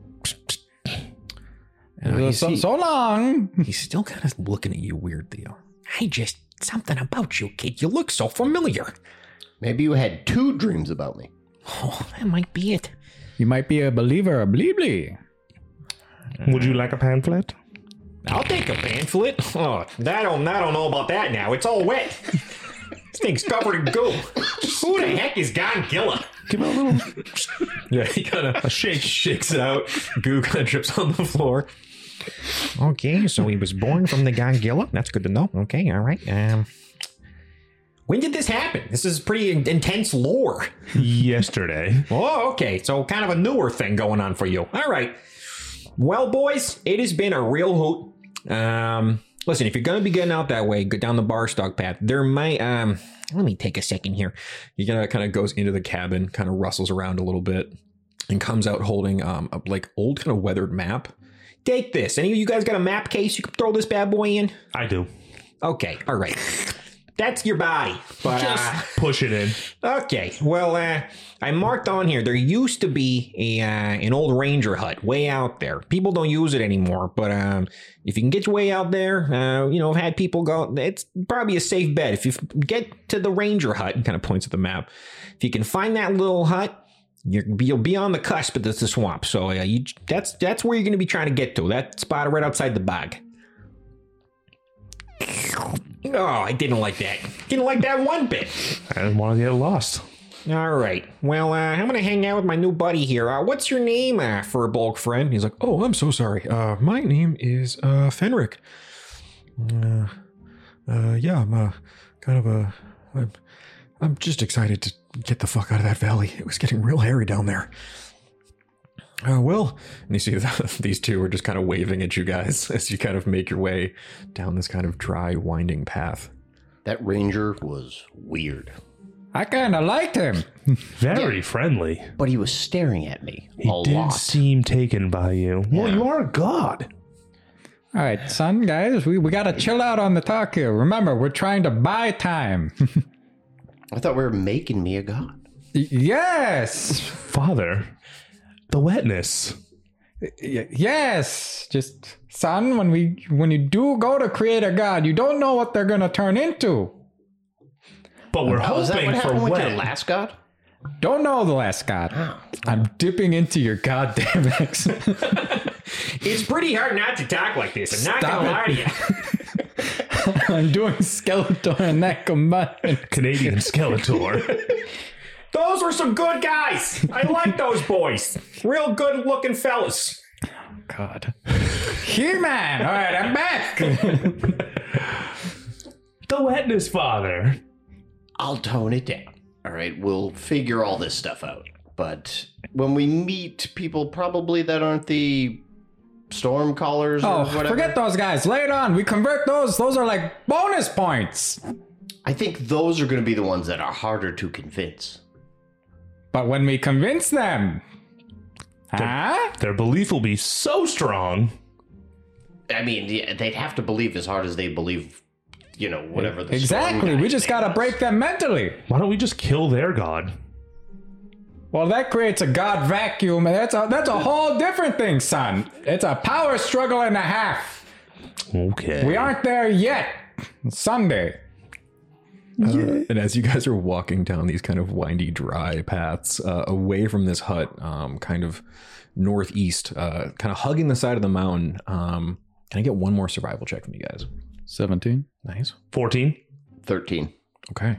[SPEAKER 1] You know,
[SPEAKER 5] So,
[SPEAKER 1] he's,
[SPEAKER 5] so long.
[SPEAKER 1] he's still kind of looking at you weird, Theo. I just something about you, kid. You look so familiar.
[SPEAKER 2] Maybe you had two dreams about me.
[SPEAKER 1] Oh, that might be it.
[SPEAKER 5] You might be a believer, a bleebly.
[SPEAKER 3] Would you like a pamphlet?
[SPEAKER 1] I'll take a pamphlet. Oh,
[SPEAKER 7] I don't, I don't know about that now. It's all wet. this thing's covered in goo. Who the heck is Gongilla?
[SPEAKER 3] Give it a little.
[SPEAKER 1] yeah, he kind of shakes shakes it out. Goo kind of drips on the floor.
[SPEAKER 7] Okay, so he was born from the Gongilla. That's good to know. Okay, all right. Um, when did this happen? This is pretty in- intense lore.
[SPEAKER 3] yesterday.
[SPEAKER 7] Oh, okay. So kind of a newer thing going on for you. All right. Well, boys, it has been a real hoot. Um, listen, if you're gonna be getting out that way, go down the bar stock path. There might um
[SPEAKER 1] Let me take a second here. He kind of kind of goes into the cabin, kind of rustles around a little bit, and comes out holding um a, like old kind of weathered map.
[SPEAKER 7] take this. Any of you guys got a map case you can throw this bad boy in?
[SPEAKER 3] I do.
[SPEAKER 7] Okay, all right. That's your body. But uh,
[SPEAKER 3] Push it in.
[SPEAKER 7] okay. Well, uh, I marked on here. There used to be a uh, an old ranger hut way out there. People don't use it anymore, but um, if you can get your way out there, uh, you know, I've had people go. It's probably a safe bet if you f- get to the ranger hut. And kind of points at the map. If you can find that little hut. You're, you'll be on the cusp of the swamp, so uh, you, that's that's where you're going to be trying to get to. That spot right outside the bog. Oh, I didn't like that. Didn't like that one bit.
[SPEAKER 3] I didn't want to get lost.
[SPEAKER 7] All right. Well, uh, I'm gonna hang out with my new buddy here. Uh, what's your name, uh, for a bulk friend? He's like,
[SPEAKER 1] Oh, I'm so sorry. Uh, my name is uh, Fenric. Uh, uh, yeah, I'm uh, kind of a. I'm, I'm just excited to get the fuck out of that valley. It was getting real hairy down there. Uh, well, and you see that these two are just kind of waving at you guys as you kind of make your way down this kind of dry, winding path.
[SPEAKER 2] That ranger was weird,
[SPEAKER 5] I kind of liked him.
[SPEAKER 3] Very friendly.
[SPEAKER 2] but he was staring at me
[SPEAKER 3] He
[SPEAKER 2] a
[SPEAKER 3] didn't
[SPEAKER 2] lot.
[SPEAKER 3] seem taken by you. Well, you are a god.
[SPEAKER 5] All right, son, guys, we, we got to chill out on the talk here. Remember, we're trying to buy time.
[SPEAKER 2] I thought we were making me a god.
[SPEAKER 15] Yes.
[SPEAKER 3] Father, the wetness.
[SPEAKER 15] Y- Yes, just son. When we when you do go to create a god, you don't know what they're gonna turn into.
[SPEAKER 3] But we're
[SPEAKER 2] Oh, is that what
[SPEAKER 3] hoping for
[SPEAKER 2] happened with
[SPEAKER 3] wet.
[SPEAKER 2] your last god?
[SPEAKER 15] Don't know the last god. I'm dipping into your goddamn accent.
[SPEAKER 7] It's pretty hard not to talk like this. I'm not
[SPEAKER 15] Stop
[SPEAKER 7] gonna
[SPEAKER 15] it.
[SPEAKER 7] lie to you.
[SPEAKER 15] I'm doing Skeletor and that combined.
[SPEAKER 3] Canadian Skeletor.
[SPEAKER 7] Those were some good guys. I like those boys. Real good looking fellas.
[SPEAKER 15] God. He Man! Alright, I'm back!
[SPEAKER 3] the wetness, Father.
[SPEAKER 2] I'll tone it down. All right, we'll figure all this stuff out. But when we meet people, probably that aren't the storm callers or
[SPEAKER 15] Oh,
[SPEAKER 2] whatever.
[SPEAKER 15] forget those guys. Lay it on. We convert those. Those are like bonus points.
[SPEAKER 2] I think those are going to be the ones that are harder to convince.
[SPEAKER 15] But when we convince them. Huh?
[SPEAKER 3] Their belief will be so strong.
[SPEAKER 2] I mean, yeah, they'd have to believe as hard as they believe, you know, whatever the
[SPEAKER 15] Exactly. We just gotta break them mentally.
[SPEAKER 3] Why don't we just kill their god?
[SPEAKER 15] Well, that creates a god vacuum, and that's a that's a whole different thing, son. It's a power struggle and a half.
[SPEAKER 3] Okay.
[SPEAKER 15] We aren't there yet. Someday.
[SPEAKER 5] Uh, And as you guys are walking down these kind of windy, dry paths uh, away from this hut, um, kind of northeast, uh, kind of hugging the side of the mountain, um, can I get one more survival check from you guys?
[SPEAKER 4] 17.
[SPEAKER 5] Nice.
[SPEAKER 3] 14.
[SPEAKER 2] 13.
[SPEAKER 5] Okay.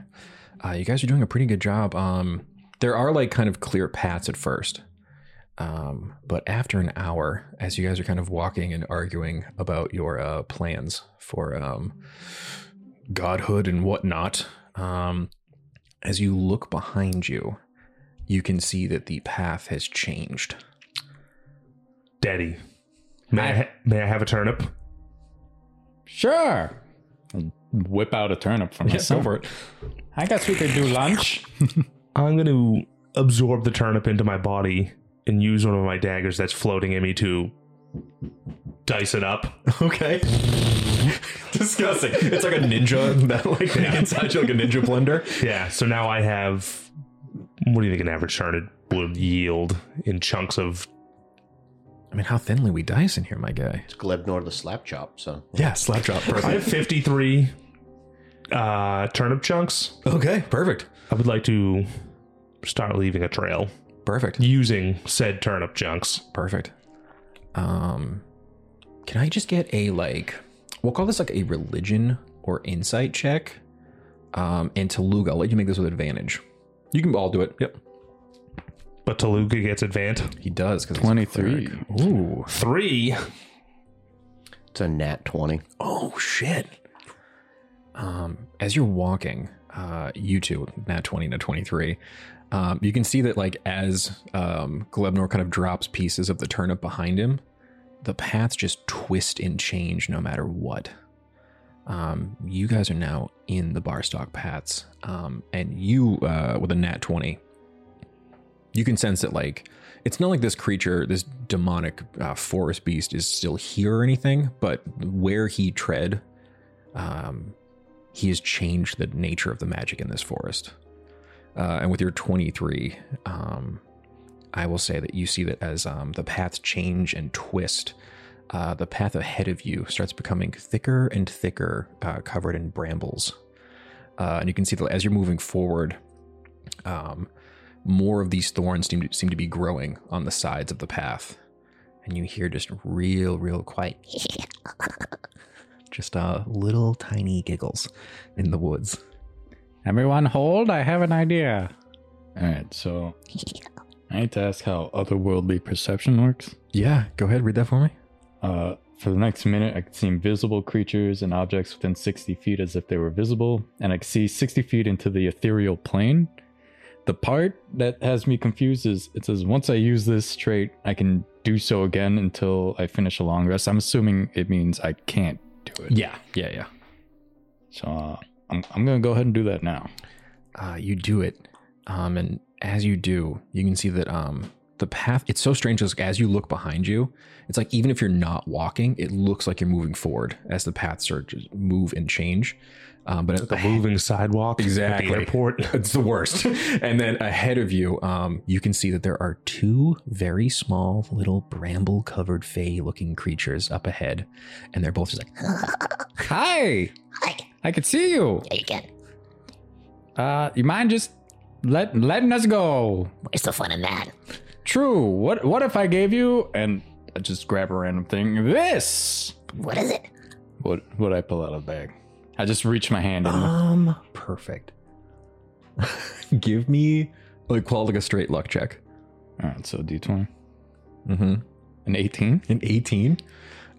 [SPEAKER 5] Uh, you guys are doing a pretty good job. Um, there are like kind of clear paths at first. Um, but after an hour, as you guys are kind of walking and arguing about your uh, plans for um, godhood and whatnot, um, as you look behind you, you can see that the path has changed.
[SPEAKER 3] Daddy. May I, ha- may I have a turnip?
[SPEAKER 15] Sure.
[SPEAKER 4] Whip out a turnip for myself.
[SPEAKER 5] for it.
[SPEAKER 15] I guess we could do lunch.
[SPEAKER 3] I'm going to absorb the turnip into my body and use one of my daggers that's floating in me to dice it up.
[SPEAKER 5] Okay. Disgusting. It's like a ninja that like inside you like a ninja blender.
[SPEAKER 3] Yeah, so now I have. What do you think an average turnip would yield in chunks of.
[SPEAKER 5] I mean, how thinly we dice in here, my guy.
[SPEAKER 2] It's Glebnor the slap chop, so.
[SPEAKER 5] Yeah, slap drop.
[SPEAKER 3] I have 53 uh, turnip chunks.
[SPEAKER 5] Okay, perfect.
[SPEAKER 3] I would like to start leaving a trail
[SPEAKER 5] Perfect.
[SPEAKER 3] using said turnip chunks.
[SPEAKER 5] Perfect. Um, can I just get a like? We'll call this like a religion or insight check. Um, and Taluga, I'll let you make this with advantage. You can all do it. Yep,
[SPEAKER 3] But Taluga gets advant.
[SPEAKER 5] he does because
[SPEAKER 4] 23.
[SPEAKER 5] Ooh.
[SPEAKER 3] Three.
[SPEAKER 2] It's a nat 20.
[SPEAKER 5] Oh shit. Um, as you're walking, uh, you two, nat 20 to 23, um, you can see that like as um, Glebnor kind of drops pieces of the turnip behind him, the paths just twist and change no matter what. Um, you guys are now in the barstock paths, um, and you uh, with a nat 20, you can sense that like it's not like this creature, this demonic uh, forest beast, is still here or anything, but where he tread, um, he has changed the nature of the magic in this forest. Uh, and with your 23, um, I will say that you see that as um, the paths change and twist, uh, the path ahead of you starts becoming thicker and thicker, uh, covered in brambles. Uh, and you can see that as you're moving forward, um, more of these thorns seem to, seem to be growing on the sides of the path. And you hear just real, real quiet, just uh, little tiny giggles in the woods.
[SPEAKER 15] Everyone hold, I have an idea.
[SPEAKER 4] All right, so I need to ask how otherworldly perception works.
[SPEAKER 5] Yeah, go ahead, read that for me.
[SPEAKER 4] Uh, for the next minute, I could see invisible creatures and objects within 60 feet as if they were visible, and I could see 60 feet into the ethereal plane. The part that has me confused is it says once I use this trait, I can do so again until I finish a long rest. I'm assuming it means I can't do it.
[SPEAKER 5] Yeah, yeah, yeah.
[SPEAKER 4] So uh, I'm, I'm going to go ahead and do that now.
[SPEAKER 5] Uh, you do it, um, and as you do, you can see that um,
[SPEAKER 7] the path it's so strange because as you look behind you it's like even if you're not walking it looks like you're moving forward as the path surges move and change um, but
[SPEAKER 3] The moving sidewalk. at the
[SPEAKER 7] Exactly.
[SPEAKER 3] airport.
[SPEAKER 7] it's the worst. and then ahead of you, um, you can see that there are two very small, little bramble-covered fey-looking creatures up ahead, and they're both just like,
[SPEAKER 5] Hi. Hi. I can see you.
[SPEAKER 16] Yeah, you can.
[SPEAKER 5] Uh, you mind just let letting us go?
[SPEAKER 16] Where's the fun in that?
[SPEAKER 5] True. What what if I gave you and I just grab a random thing? This.
[SPEAKER 16] What is it?
[SPEAKER 4] What what I pull out of the bag? I just reach my hand in.
[SPEAKER 7] um, perfect. Give me like call it like a straight luck check.
[SPEAKER 4] All right, so d20,
[SPEAKER 7] Mm-hmm.
[SPEAKER 4] an 18.
[SPEAKER 7] An 18.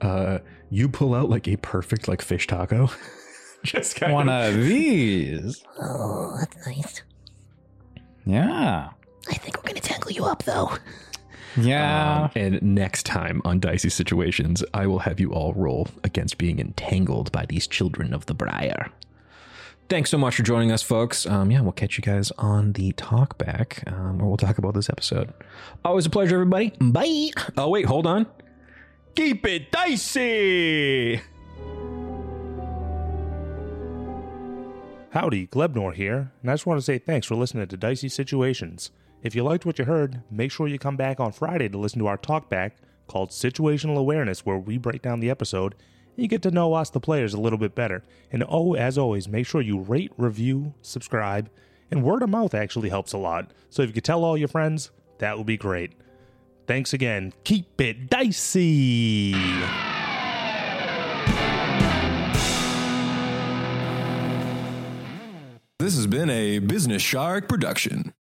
[SPEAKER 7] Uh, you pull out like a perfect like fish taco. just kind
[SPEAKER 5] One
[SPEAKER 7] of
[SPEAKER 5] of these.
[SPEAKER 16] Oh, that's nice.
[SPEAKER 4] Yeah,
[SPEAKER 16] I think we're gonna tangle you up though.
[SPEAKER 5] Yeah.
[SPEAKER 7] Um, and next time on Dicey Situations, I will have you all roll against being entangled by these children of the briar. Thanks so much for joining us, folks. Um, yeah, we'll catch you guys on the talk back, um, where we'll talk about this episode. Always a pleasure, everybody. Bye. Oh, wait, hold on. Keep it dicey.
[SPEAKER 3] Howdy, Glebnor here, and I just want to say thanks for listening to Dicey Situations. If you liked what you heard, make sure you come back on Friday to listen to our talk back called Situational Awareness, where we break down the episode and you get to know us, the players, a little bit better. And oh, as always, make sure you rate, review, subscribe, and word of mouth actually helps a lot. So if you could tell all your friends, that would be great. Thanks again. Keep it dicey!
[SPEAKER 17] This has been a Business Shark production.